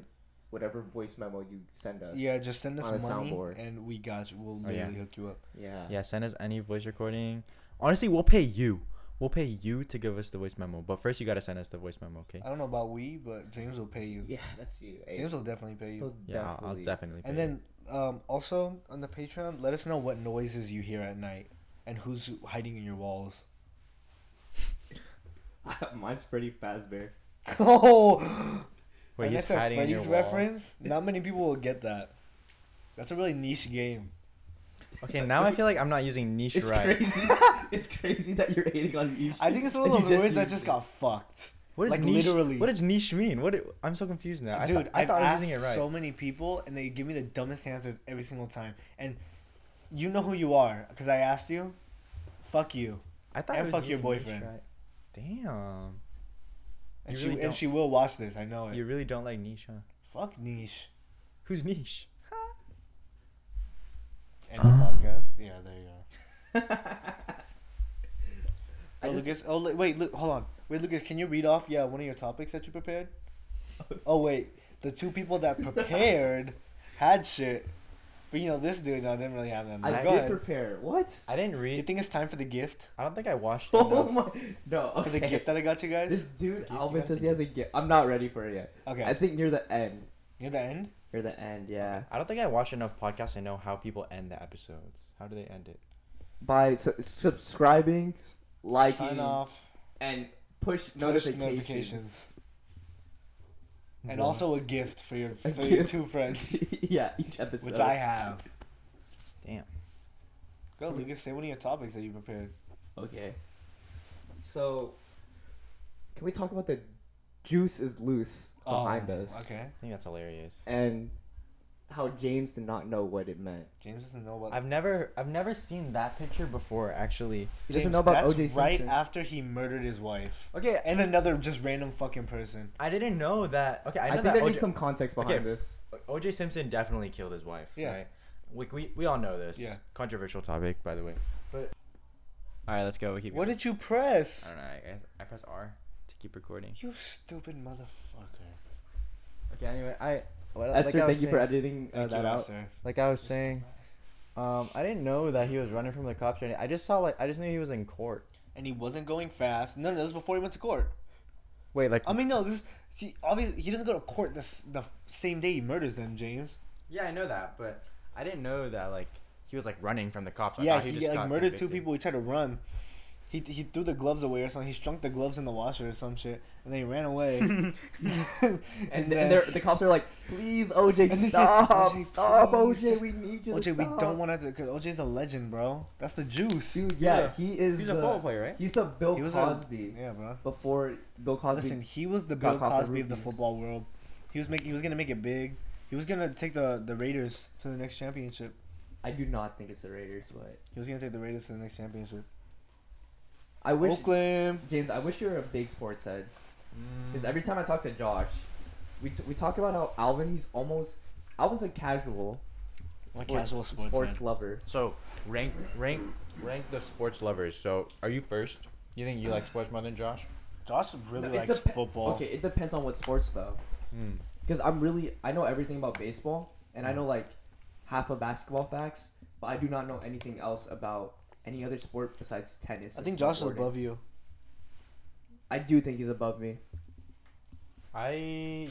[SPEAKER 3] whatever voice memo you send us.
[SPEAKER 4] Yeah, just send us
[SPEAKER 3] On a
[SPEAKER 4] money
[SPEAKER 3] soundboard.
[SPEAKER 4] and we got you. We'll
[SPEAKER 1] Oh,
[SPEAKER 4] literally
[SPEAKER 1] yeah.
[SPEAKER 4] hook you up.
[SPEAKER 3] yeah,
[SPEAKER 1] Yeah, send us any voice recording. Honestly, we'll pay you. We'll pay you to give us the voice memo, but first you gotta send us the voice memo, okay?
[SPEAKER 4] I don't know about we, but James will pay you.
[SPEAKER 3] Yeah, that's you. eh?
[SPEAKER 4] James will definitely pay you.
[SPEAKER 3] We'll
[SPEAKER 1] Yeah, I'll, I'll definitely. Pay
[SPEAKER 4] And then um, also on the Patreon, let us know what noises you hear at night and who's hiding in your walls.
[SPEAKER 3] Mine's pretty fast, bear.
[SPEAKER 4] oh,
[SPEAKER 1] Wait,
[SPEAKER 4] and
[SPEAKER 1] he's
[SPEAKER 4] that's a
[SPEAKER 1] hiding in your
[SPEAKER 4] Freddy's
[SPEAKER 1] wall.
[SPEAKER 4] reference. Not many people will get that. That's a really niche game.
[SPEAKER 1] Okay, now I feel like I'm not using niche
[SPEAKER 3] It's
[SPEAKER 1] right.
[SPEAKER 3] crazy. it's crazy that you're hating on each.
[SPEAKER 4] I think it's one of
[SPEAKER 3] You
[SPEAKER 4] those words that
[SPEAKER 3] used
[SPEAKER 4] just
[SPEAKER 3] it.
[SPEAKER 4] got fucked.
[SPEAKER 1] What is
[SPEAKER 4] Like,
[SPEAKER 1] niche?
[SPEAKER 4] literally.
[SPEAKER 1] What does niche mean? What? do- I'm so confused now. I
[SPEAKER 4] Dude,
[SPEAKER 1] thought, I
[SPEAKER 4] I've
[SPEAKER 1] thought I was
[SPEAKER 4] asked
[SPEAKER 1] using it right.
[SPEAKER 4] so many people, and they give me the dumbest answers every single time. And you know who you are, because I asked you. Fuck you.
[SPEAKER 1] I thought
[SPEAKER 4] and
[SPEAKER 1] I was
[SPEAKER 4] fuck your
[SPEAKER 1] using niche
[SPEAKER 4] boyfriend.
[SPEAKER 1] right. Damn,
[SPEAKER 4] And,
[SPEAKER 1] You
[SPEAKER 4] she,
[SPEAKER 1] really
[SPEAKER 4] and
[SPEAKER 1] don't-
[SPEAKER 4] she will watch this, I know it.
[SPEAKER 1] you really don't like niche, huh?
[SPEAKER 4] Fuck niche.
[SPEAKER 1] Who's niche?
[SPEAKER 4] End the podcast. Yeah, there you go.
[SPEAKER 3] I
[SPEAKER 4] Oh,
[SPEAKER 3] just-
[SPEAKER 4] Lucas, oh, li- wait, look, hold on. Wait, Lucas, can you read off, yeah, one of your topics that you prepared? oh, wait. The two people that prepared had shit. But, you know, this dude, no, didn't really have that.
[SPEAKER 3] I
[SPEAKER 1] Go
[SPEAKER 3] did
[SPEAKER 1] ahead.
[SPEAKER 3] prepare. What?
[SPEAKER 1] I didn't
[SPEAKER 4] you
[SPEAKER 1] read.
[SPEAKER 4] think it's time for the gift?
[SPEAKER 1] I don't think I watched.
[SPEAKER 3] Oh
[SPEAKER 1] enough.
[SPEAKER 3] my! No.
[SPEAKER 4] For the
[SPEAKER 3] Okay.
[SPEAKER 4] gift that I got you guys?
[SPEAKER 3] This dude,
[SPEAKER 1] you
[SPEAKER 3] Alvin
[SPEAKER 1] guys
[SPEAKER 3] says
[SPEAKER 1] a
[SPEAKER 3] he has a gift. I'm not ready for it yet.
[SPEAKER 4] okay.
[SPEAKER 3] I think near the end.
[SPEAKER 4] Near the end?
[SPEAKER 3] Near the end, yeah.
[SPEAKER 1] I don't think I watched enough podcasts to know how people end the episodes. How do they end it?
[SPEAKER 3] By su- subscribing, liking,
[SPEAKER 4] Sign off.
[SPEAKER 3] and push,
[SPEAKER 4] Push
[SPEAKER 3] notifications.
[SPEAKER 4] notifications. And also a gift for your,
[SPEAKER 3] A
[SPEAKER 4] for your
[SPEAKER 3] gift.
[SPEAKER 4] two friends,
[SPEAKER 3] yeah, each episode.
[SPEAKER 4] which I have.
[SPEAKER 1] Damn.
[SPEAKER 4] Go, Lucas, say one of your topics that you prepared.
[SPEAKER 3] Okay. So, can we talk about the juice is loose Oh. behind us
[SPEAKER 4] Oh, Okay.
[SPEAKER 1] I think that's hilarious.
[SPEAKER 3] and how James did not know what it meant?
[SPEAKER 4] James doesn't know about
[SPEAKER 1] I've never, I've never seen that picture before. Actually,
[SPEAKER 3] He
[SPEAKER 4] James,
[SPEAKER 3] doesn't know about
[SPEAKER 4] that's
[SPEAKER 3] OJ Simpson.
[SPEAKER 4] right after he murdered his wife.
[SPEAKER 1] okay,
[SPEAKER 4] And another just random fucking person.
[SPEAKER 1] I didn't know that. Okay, I
[SPEAKER 3] I,
[SPEAKER 1] know
[SPEAKER 3] think
[SPEAKER 1] that
[SPEAKER 3] there
[SPEAKER 1] OJ,
[SPEAKER 3] needs some context behind
[SPEAKER 1] Okay.
[SPEAKER 3] this.
[SPEAKER 1] OJ Simpson definitely killed his wife.
[SPEAKER 4] Yeah.
[SPEAKER 1] Right? We, we we all know this.
[SPEAKER 4] Yeah.
[SPEAKER 1] Controversial topic, by the way. But all right, let's go. We keep.
[SPEAKER 4] What
[SPEAKER 1] going.
[SPEAKER 4] did you press?
[SPEAKER 1] I don't know. I, guess I press R to keep recording.
[SPEAKER 4] You stupid motherfucker.
[SPEAKER 1] Okay. Anyway, I. What, Uh, I
[SPEAKER 3] Esther,
[SPEAKER 1] was
[SPEAKER 3] thank you for
[SPEAKER 1] saying-
[SPEAKER 3] editing uh,
[SPEAKER 4] Thank
[SPEAKER 3] that
[SPEAKER 4] you,
[SPEAKER 3] out.
[SPEAKER 4] Esther.
[SPEAKER 1] Like I was
[SPEAKER 4] You're
[SPEAKER 1] saying,
[SPEAKER 4] stupid.
[SPEAKER 1] um, I didn't know that he was running from the cops. Or anything. I just saw like I just knew he was in court.
[SPEAKER 4] And he wasn't going fast. No, no, this was before he went to court.
[SPEAKER 1] Wait, like
[SPEAKER 4] I mean, no, this. He, obviously, he doesn't go to court this, the f- same day he murders them, James.
[SPEAKER 1] yeah, I know that, but I didn't know that like he was like running from the cops. I
[SPEAKER 4] yeah,
[SPEAKER 1] thought
[SPEAKER 4] he,
[SPEAKER 1] just
[SPEAKER 4] like
[SPEAKER 1] got
[SPEAKER 4] murdered two
[SPEAKER 1] convicted.
[SPEAKER 4] people. He tried to run. He, he threw the gloves away or something. He strunk the gloves in the washer or some shit, and then he ran away. and,
[SPEAKER 3] And,
[SPEAKER 4] then-
[SPEAKER 3] and they're- the cops are like, please, OJ,
[SPEAKER 4] And they said,
[SPEAKER 3] stop.
[SPEAKER 4] "OJ,
[SPEAKER 3] stop,
[SPEAKER 4] please,
[SPEAKER 3] OJ.
[SPEAKER 4] just-
[SPEAKER 3] We need you. to
[SPEAKER 4] OJ, we
[SPEAKER 3] stop."
[SPEAKER 4] don't want to because OJ's a legend, bro. That's the juice.
[SPEAKER 3] Dude, yeah,
[SPEAKER 1] Yeah.
[SPEAKER 3] he is.
[SPEAKER 1] He's
[SPEAKER 3] the,
[SPEAKER 1] a football player, right?
[SPEAKER 3] He's the Bill
[SPEAKER 4] He was a-
[SPEAKER 3] Cosby
[SPEAKER 4] yeah, bro.
[SPEAKER 3] before Bill Cosby.
[SPEAKER 4] Listen, he was the
[SPEAKER 3] got
[SPEAKER 4] Bill
[SPEAKER 3] caught for
[SPEAKER 4] Cosby of the
[SPEAKER 3] roofies.
[SPEAKER 4] football world. He was making. He was gonna make it big. He was gonna take the the Raiders to the next championship.
[SPEAKER 3] I do not think it's the Raiders, but
[SPEAKER 4] He was gonna take the Raiders to the next championship.
[SPEAKER 3] I wish
[SPEAKER 4] Oakland.
[SPEAKER 3] James. I wish you were a big sports head. Because
[SPEAKER 1] Mm.
[SPEAKER 3] every time I talk to Josh, we, t- we talk about how Alvin he's almost Alvin's a casual,
[SPEAKER 4] I'm a casual sports fan.
[SPEAKER 3] lover.
[SPEAKER 1] So rank rank rank the sports lovers. So are you first? You think you like sports more than Josh?
[SPEAKER 4] Josh really
[SPEAKER 3] No, it
[SPEAKER 4] likes
[SPEAKER 3] depe-
[SPEAKER 4] football.
[SPEAKER 3] Okay, it depends on what sports though. Because I'm really I know everything about baseball and I know like half of basketball facts, but I do not know anything else about any other sport besides tennis.
[SPEAKER 4] I
[SPEAKER 3] and
[SPEAKER 4] think Josh is
[SPEAKER 3] snowboarding.
[SPEAKER 4] above you.
[SPEAKER 3] I do think he's above me.
[SPEAKER 1] I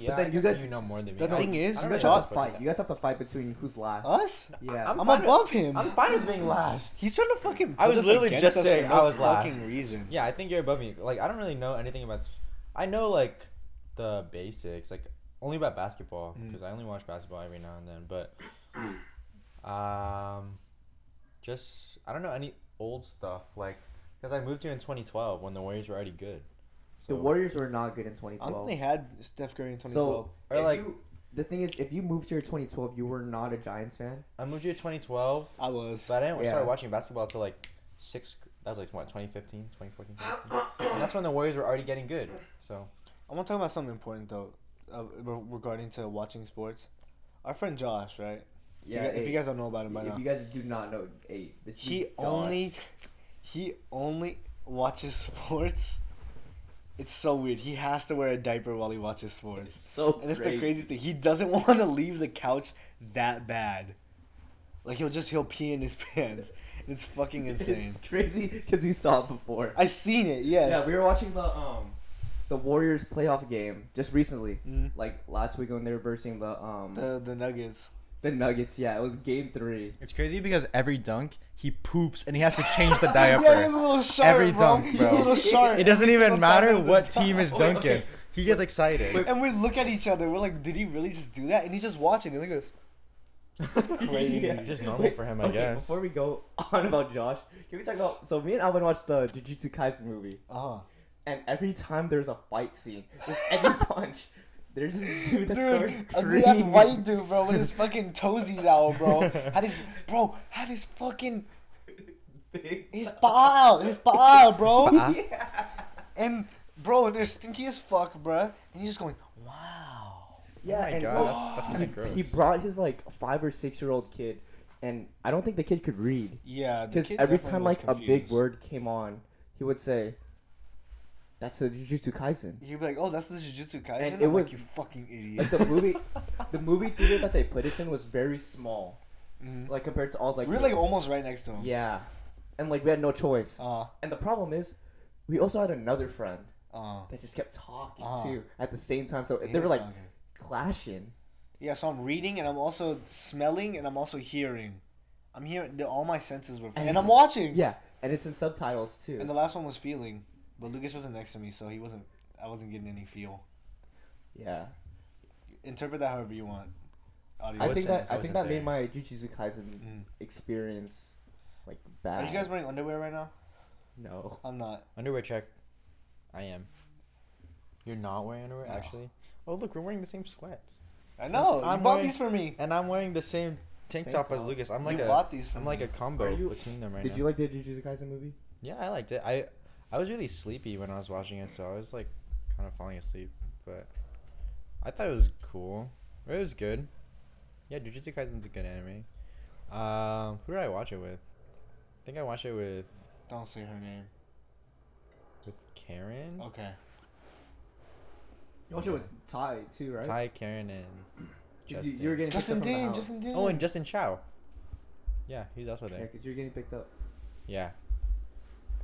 [SPEAKER 1] yeah.
[SPEAKER 3] then
[SPEAKER 1] I
[SPEAKER 3] you
[SPEAKER 1] guys,
[SPEAKER 3] guys-
[SPEAKER 1] you know more than me.
[SPEAKER 4] The
[SPEAKER 1] I don't- I
[SPEAKER 4] thing is,
[SPEAKER 3] You
[SPEAKER 1] don't
[SPEAKER 4] you're
[SPEAKER 1] really
[SPEAKER 3] guys
[SPEAKER 1] know
[SPEAKER 3] have
[SPEAKER 4] Josh-
[SPEAKER 3] to
[SPEAKER 1] sports like
[SPEAKER 3] fight.
[SPEAKER 1] that.
[SPEAKER 3] You guys have to fight between who's last.
[SPEAKER 4] Us?
[SPEAKER 3] Yeah.
[SPEAKER 4] I'm,
[SPEAKER 1] I'm fine
[SPEAKER 4] above him.
[SPEAKER 1] I'm fine with being last.
[SPEAKER 4] He's trying to fucking.
[SPEAKER 1] I
[SPEAKER 4] put
[SPEAKER 1] was
[SPEAKER 4] us
[SPEAKER 1] literally
[SPEAKER 4] against
[SPEAKER 1] just
[SPEAKER 4] us for
[SPEAKER 1] saying
[SPEAKER 4] no
[SPEAKER 1] I was last.
[SPEAKER 4] Fucking reason.
[SPEAKER 1] Yeah, I think you're above me. Like I don't really know anything about. s- I know like the basics, like only about basketball
[SPEAKER 4] Mm.
[SPEAKER 3] Hmm.
[SPEAKER 1] because I only watch basketball every now and then. But um, just I don't know any old stuff like because I moved here in 2012 when the Warriors were already good. So-
[SPEAKER 3] The Warriors were not good in 2012.
[SPEAKER 4] I don't think they had Steph Curry in 2012.
[SPEAKER 3] So,
[SPEAKER 1] Or
[SPEAKER 3] if
[SPEAKER 1] like-
[SPEAKER 3] you, the thing is, if you moved here 2012, you were not a Giants fan.
[SPEAKER 1] I moved here 2012,
[SPEAKER 4] I was.
[SPEAKER 1] but I didn't
[SPEAKER 3] Yeah.
[SPEAKER 1] start watching basketball until like six. That was like what 2015, 2014. 2015? And that's when the Warriors were already getting good. So
[SPEAKER 4] I want to talk about something important though, uh, re- regarding to watching sports. Our friend Josh, right? If you guys- if you guys don't know about him by
[SPEAKER 3] if
[SPEAKER 4] now,
[SPEAKER 3] you guys do not know eight, this
[SPEAKER 4] he
[SPEAKER 3] dude's gone.
[SPEAKER 4] only he only watches sports. It's so weird. He has to wear a diaper while he watches sports.
[SPEAKER 3] so
[SPEAKER 4] And it's the
[SPEAKER 3] crazy.
[SPEAKER 4] craziest thing. He doesn't want to leave the couch that bad. Like he'll just he'll pee in his pants. And it's fucking insane.
[SPEAKER 3] It's crazy because we saw it before.
[SPEAKER 4] I seen it. Yes.
[SPEAKER 3] Yeah, we were watching the um the Warriors playoff game just recently,
[SPEAKER 1] Mm-hmm.
[SPEAKER 4] Mm.
[SPEAKER 3] like last week when they were versing the um the,
[SPEAKER 4] the the Nuggets.
[SPEAKER 3] Nuggets. Yeah, it was game three.
[SPEAKER 1] it's crazy because every dunk he poops and he has to change the
[SPEAKER 4] Yeah, he
[SPEAKER 1] diaper.
[SPEAKER 4] was a little sharp,
[SPEAKER 1] Every
[SPEAKER 4] bro.
[SPEAKER 1] dunk,
[SPEAKER 4] He was
[SPEAKER 1] bro.
[SPEAKER 4] a little sharp.
[SPEAKER 1] it doesn't
[SPEAKER 4] Every
[SPEAKER 1] even
[SPEAKER 4] single
[SPEAKER 1] matter
[SPEAKER 4] time there was a
[SPEAKER 1] what
[SPEAKER 4] dunk.
[SPEAKER 1] team is
[SPEAKER 3] Wait,
[SPEAKER 1] dunking.
[SPEAKER 3] okay.
[SPEAKER 1] He gets excited.
[SPEAKER 3] Wait,
[SPEAKER 4] And we look at each other. We're like, did he really just do that? And he's just watching. And look at this. crazy.
[SPEAKER 1] Just normal for him, I
[SPEAKER 3] okay,
[SPEAKER 1] guess.
[SPEAKER 3] Before we go on about Josh, can we talk about? So me and Alvin watched the Jujutsu Kaisen movie,
[SPEAKER 4] Uh-huh.
[SPEAKER 3] and every time there's a fight scene, there's every punch. There's this dude that's
[SPEAKER 4] Dude,
[SPEAKER 3] going
[SPEAKER 4] ugly ass
[SPEAKER 3] green.
[SPEAKER 4] white dude, bro, with his fucking toesies out, bro. Had his, bro, had his fucking,
[SPEAKER 3] Big
[SPEAKER 4] his paw out, his paw out, bro.
[SPEAKER 1] Ah,
[SPEAKER 4] And, bro, they're stinky as fuck, bro. And he's just going, wow.
[SPEAKER 3] Yeah,
[SPEAKER 1] my
[SPEAKER 3] and
[SPEAKER 1] God,
[SPEAKER 3] oh,
[SPEAKER 1] that's- that's kinda
[SPEAKER 3] he-
[SPEAKER 1] gross.
[SPEAKER 3] He brought his like five or six year old kid, and I don't think the kid could read
[SPEAKER 4] Yeah,
[SPEAKER 3] because every time like a big word came on, he would say, "That's a Jujutsu Kaisen."
[SPEAKER 4] You'd be like, oh, that's the Jujutsu Kaisen?
[SPEAKER 3] And
[SPEAKER 4] I'm
[SPEAKER 3] it was-
[SPEAKER 4] like, you fucking
[SPEAKER 3] Like
[SPEAKER 4] idiot.
[SPEAKER 3] the movie, the movie theater that they put us in was very small,
[SPEAKER 4] Mhm.
[SPEAKER 3] like compared to all like
[SPEAKER 4] we were
[SPEAKER 3] the-
[SPEAKER 4] like almost right next to him.
[SPEAKER 3] yeah, and like we had no choice.
[SPEAKER 4] Uh,
[SPEAKER 3] and the problem is, we also had another friend
[SPEAKER 4] uh.
[SPEAKER 3] that just kept talking
[SPEAKER 4] Ah.
[SPEAKER 3] too at the same time, so
[SPEAKER 4] he
[SPEAKER 3] they were
[SPEAKER 4] was
[SPEAKER 3] like
[SPEAKER 4] talking.
[SPEAKER 3] clashing.
[SPEAKER 4] Yeah, so I'm reading and I'm also smelling and I'm also hearing. I'm hearing the, all my senses were, and,
[SPEAKER 3] it's-
[SPEAKER 4] I'm watching.
[SPEAKER 3] Yeah, and it's in subtitles too.
[SPEAKER 4] And the last one was feeling, but Lucas wasn't next to me, so he wasn't. I wasn't getting any feel.
[SPEAKER 3] yeah.
[SPEAKER 4] Interpret that however you want. Audio.
[SPEAKER 3] I
[SPEAKER 1] wasn't-
[SPEAKER 3] think that
[SPEAKER 1] I
[SPEAKER 3] I
[SPEAKER 1] wasn't
[SPEAKER 3] think that
[SPEAKER 1] there.
[SPEAKER 3] made my Jujutsu Kaisen
[SPEAKER 4] Mm.
[SPEAKER 3] experience like
[SPEAKER 4] Are
[SPEAKER 3] bad.
[SPEAKER 4] you guys wearing underwear right now?
[SPEAKER 3] no.
[SPEAKER 4] I'm not.
[SPEAKER 1] underwear check. I am. You're not wearing underwear,
[SPEAKER 4] No.
[SPEAKER 1] actually. Oh look, we're wearing the same sweats,
[SPEAKER 4] I know.
[SPEAKER 1] I'm
[SPEAKER 4] you bought
[SPEAKER 1] wearing-
[SPEAKER 4] these for me.
[SPEAKER 1] and I'm wearing the same tank
[SPEAKER 3] Tank
[SPEAKER 1] top as
[SPEAKER 3] top.
[SPEAKER 1] Lucas. I'm
[SPEAKER 4] you
[SPEAKER 1] like a,
[SPEAKER 4] bought these for
[SPEAKER 1] I'm
[SPEAKER 4] me.
[SPEAKER 1] like a combo
[SPEAKER 3] Are you-
[SPEAKER 1] between them right
[SPEAKER 3] Did
[SPEAKER 1] now.
[SPEAKER 3] you like the Jujutsu Kaisen movie?
[SPEAKER 1] Yeah, I liked it. I I was really sleepy when I was watching it, so I was like kind of falling asleep. But I thought it was cool. It was good. Yeah, Jujutsu Kaisen's a good anime. Um, who did I watch it with? I think I watched it with
[SPEAKER 4] Don't say her name.
[SPEAKER 1] with Karen,
[SPEAKER 4] Okay.
[SPEAKER 3] You watched it with Ty too, right?
[SPEAKER 1] Ty, Karen, and
[SPEAKER 3] Because
[SPEAKER 1] Justin.
[SPEAKER 3] You, you were getting
[SPEAKER 4] Justin
[SPEAKER 3] picked up from
[SPEAKER 4] Dean.
[SPEAKER 3] the house.
[SPEAKER 4] Justin Dean.
[SPEAKER 1] oh, and Justin Chow. Yeah, he's also
[SPEAKER 3] Yeah,
[SPEAKER 1] there.
[SPEAKER 3] because you're getting picked up.
[SPEAKER 1] Yeah.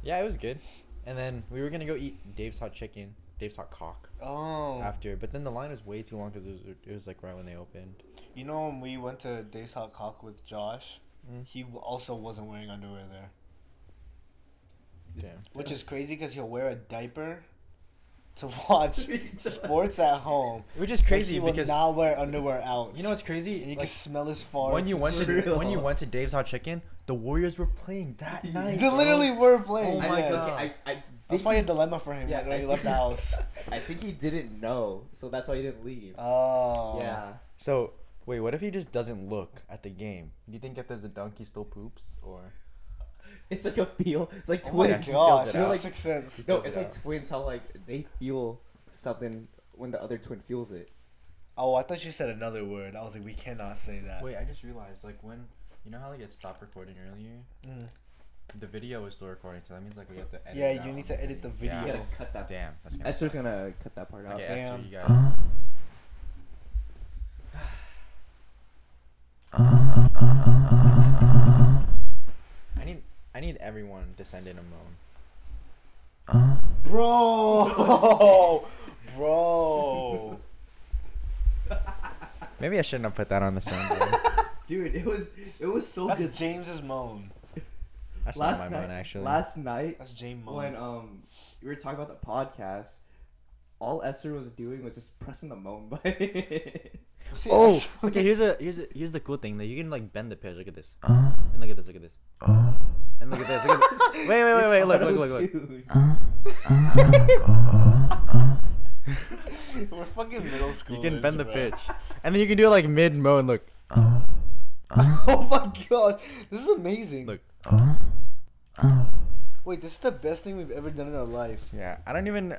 [SPEAKER 1] Yeah, it was good. And then we were gonna go eat Dave's hot chicken, Dave's hot cock
[SPEAKER 4] Oh.
[SPEAKER 1] after, but then the line was way too long because it was it was like right when they opened.
[SPEAKER 4] You know when we went to Dave's Hot Cock with Josh,
[SPEAKER 1] Mm.
[SPEAKER 4] he w- also wasn't wearing underwear there,
[SPEAKER 1] Damn.
[SPEAKER 4] which is crazy because he'll wear a diaper to watch sports at home.
[SPEAKER 1] Which is crazy
[SPEAKER 4] like, he
[SPEAKER 1] because
[SPEAKER 4] will not wear underwear out.
[SPEAKER 1] you know what's crazy?
[SPEAKER 4] And you can
[SPEAKER 1] Like,
[SPEAKER 4] smell his farts.
[SPEAKER 1] when you went to
[SPEAKER 3] real.
[SPEAKER 1] when you went to Dave's Hot Chicken, the Warriors were playing that
[SPEAKER 3] They
[SPEAKER 1] night.
[SPEAKER 4] They
[SPEAKER 1] bro.
[SPEAKER 4] literally were playing.
[SPEAKER 1] Oh my
[SPEAKER 4] yes.
[SPEAKER 1] God.
[SPEAKER 3] I, I,
[SPEAKER 4] That's
[SPEAKER 3] think
[SPEAKER 4] probably a dilemma for him
[SPEAKER 3] Yeah,
[SPEAKER 4] like, when
[SPEAKER 3] I
[SPEAKER 4] he left the
[SPEAKER 3] think-
[SPEAKER 4] house.
[SPEAKER 3] he, I think he didn't know, so that's why he didn't leave.
[SPEAKER 4] Oh.
[SPEAKER 3] yeah.
[SPEAKER 1] So wait, what if he just doesn't look at the game? Do you think if there's a dunk, he still poops or?
[SPEAKER 3] It's like a feel. It's like
[SPEAKER 4] Oh my
[SPEAKER 3] twins.
[SPEAKER 1] He fills
[SPEAKER 4] gosh.
[SPEAKER 1] it
[SPEAKER 4] You know,
[SPEAKER 1] out.
[SPEAKER 4] like Sixth Sense.
[SPEAKER 3] no,
[SPEAKER 1] fills
[SPEAKER 3] it's
[SPEAKER 1] it
[SPEAKER 3] like
[SPEAKER 1] out.
[SPEAKER 3] twins. How like they feel something when the other twin feels it.
[SPEAKER 4] Oh, I thought you said another word. I was like, we cannot say that.
[SPEAKER 1] Wait, I just realized like when you know how like it stopped recording earlier,
[SPEAKER 4] Mm.
[SPEAKER 1] the video is still recording, so that means like we have to edit.
[SPEAKER 4] Yeah,
[SPEAKER 1] it
[SPEAKER 4] you
[SPEAKER 1] out
[SPEAKER 4] need
[SPEAKER 1] on
[SPEAKER 4] to edit the
[SPEAKER 3] You
[SPEAKER 1] Yeah.
[SPEAKER 4] video.
[SPEAKER 3] gotta cut that.
[SPEAKER 1] Damn, that's gonna.
[SPEAKER 3] Esther's gonna cut that part out.
[SPEAKER 1] Okay,
[SPEAKER 4] Damn.
[SPEAKER 1] Esther, you got. it. I need I need everyone to send in a moan.
[SPEAKER 4] Bro! Bro!
[SPEAKER 1] Maybe I shouldn't have put that on the soundboard.
[SPEAKER 3] Dude, it was it was so good.
[SPEAKER 4] That's James's moan.
[SPEAKER 1] That's
[SPEAKER 3] last
[SPEAKER 1] not my
[SPEAKER 3] night,
[SPEAKER 1] moan actually.
[SPEAKER 3] last night
[SPEAKER 4] That's James' moan.
[SPEAKER 3] when um we were talking about the podcast, all Esther was doing was just pressing the moan button.
[SPEAKER 4] See,
[SPEAKER 1] Oh,
[SPEAKER 4] actually-
[SPEAKER 1] okay. Here's a here's a, here's the cool thing that you can like bend the pitch. Look at this. And look at this. Look at this.
[SPEAKER 4] Uh-huh.
[SPEAKER 1] And look at this. Look at this. Wait, wait, wait, wait. Look, look, look, look.
[SPEAKER 3] Auto-tune.
[SPEAKER 4] fucking middle school.
[SPEAKER 1] You can bend the pitch, and then you can do it like mid mo and look.
[SPEAKER 4] oh my god, this is amazing.
[SPEAKER 1] Look.
[SPEAKER 4] Wait, this is the best thing we've ever done in our life.
[SPEAKER 1] Yeah, I don't even.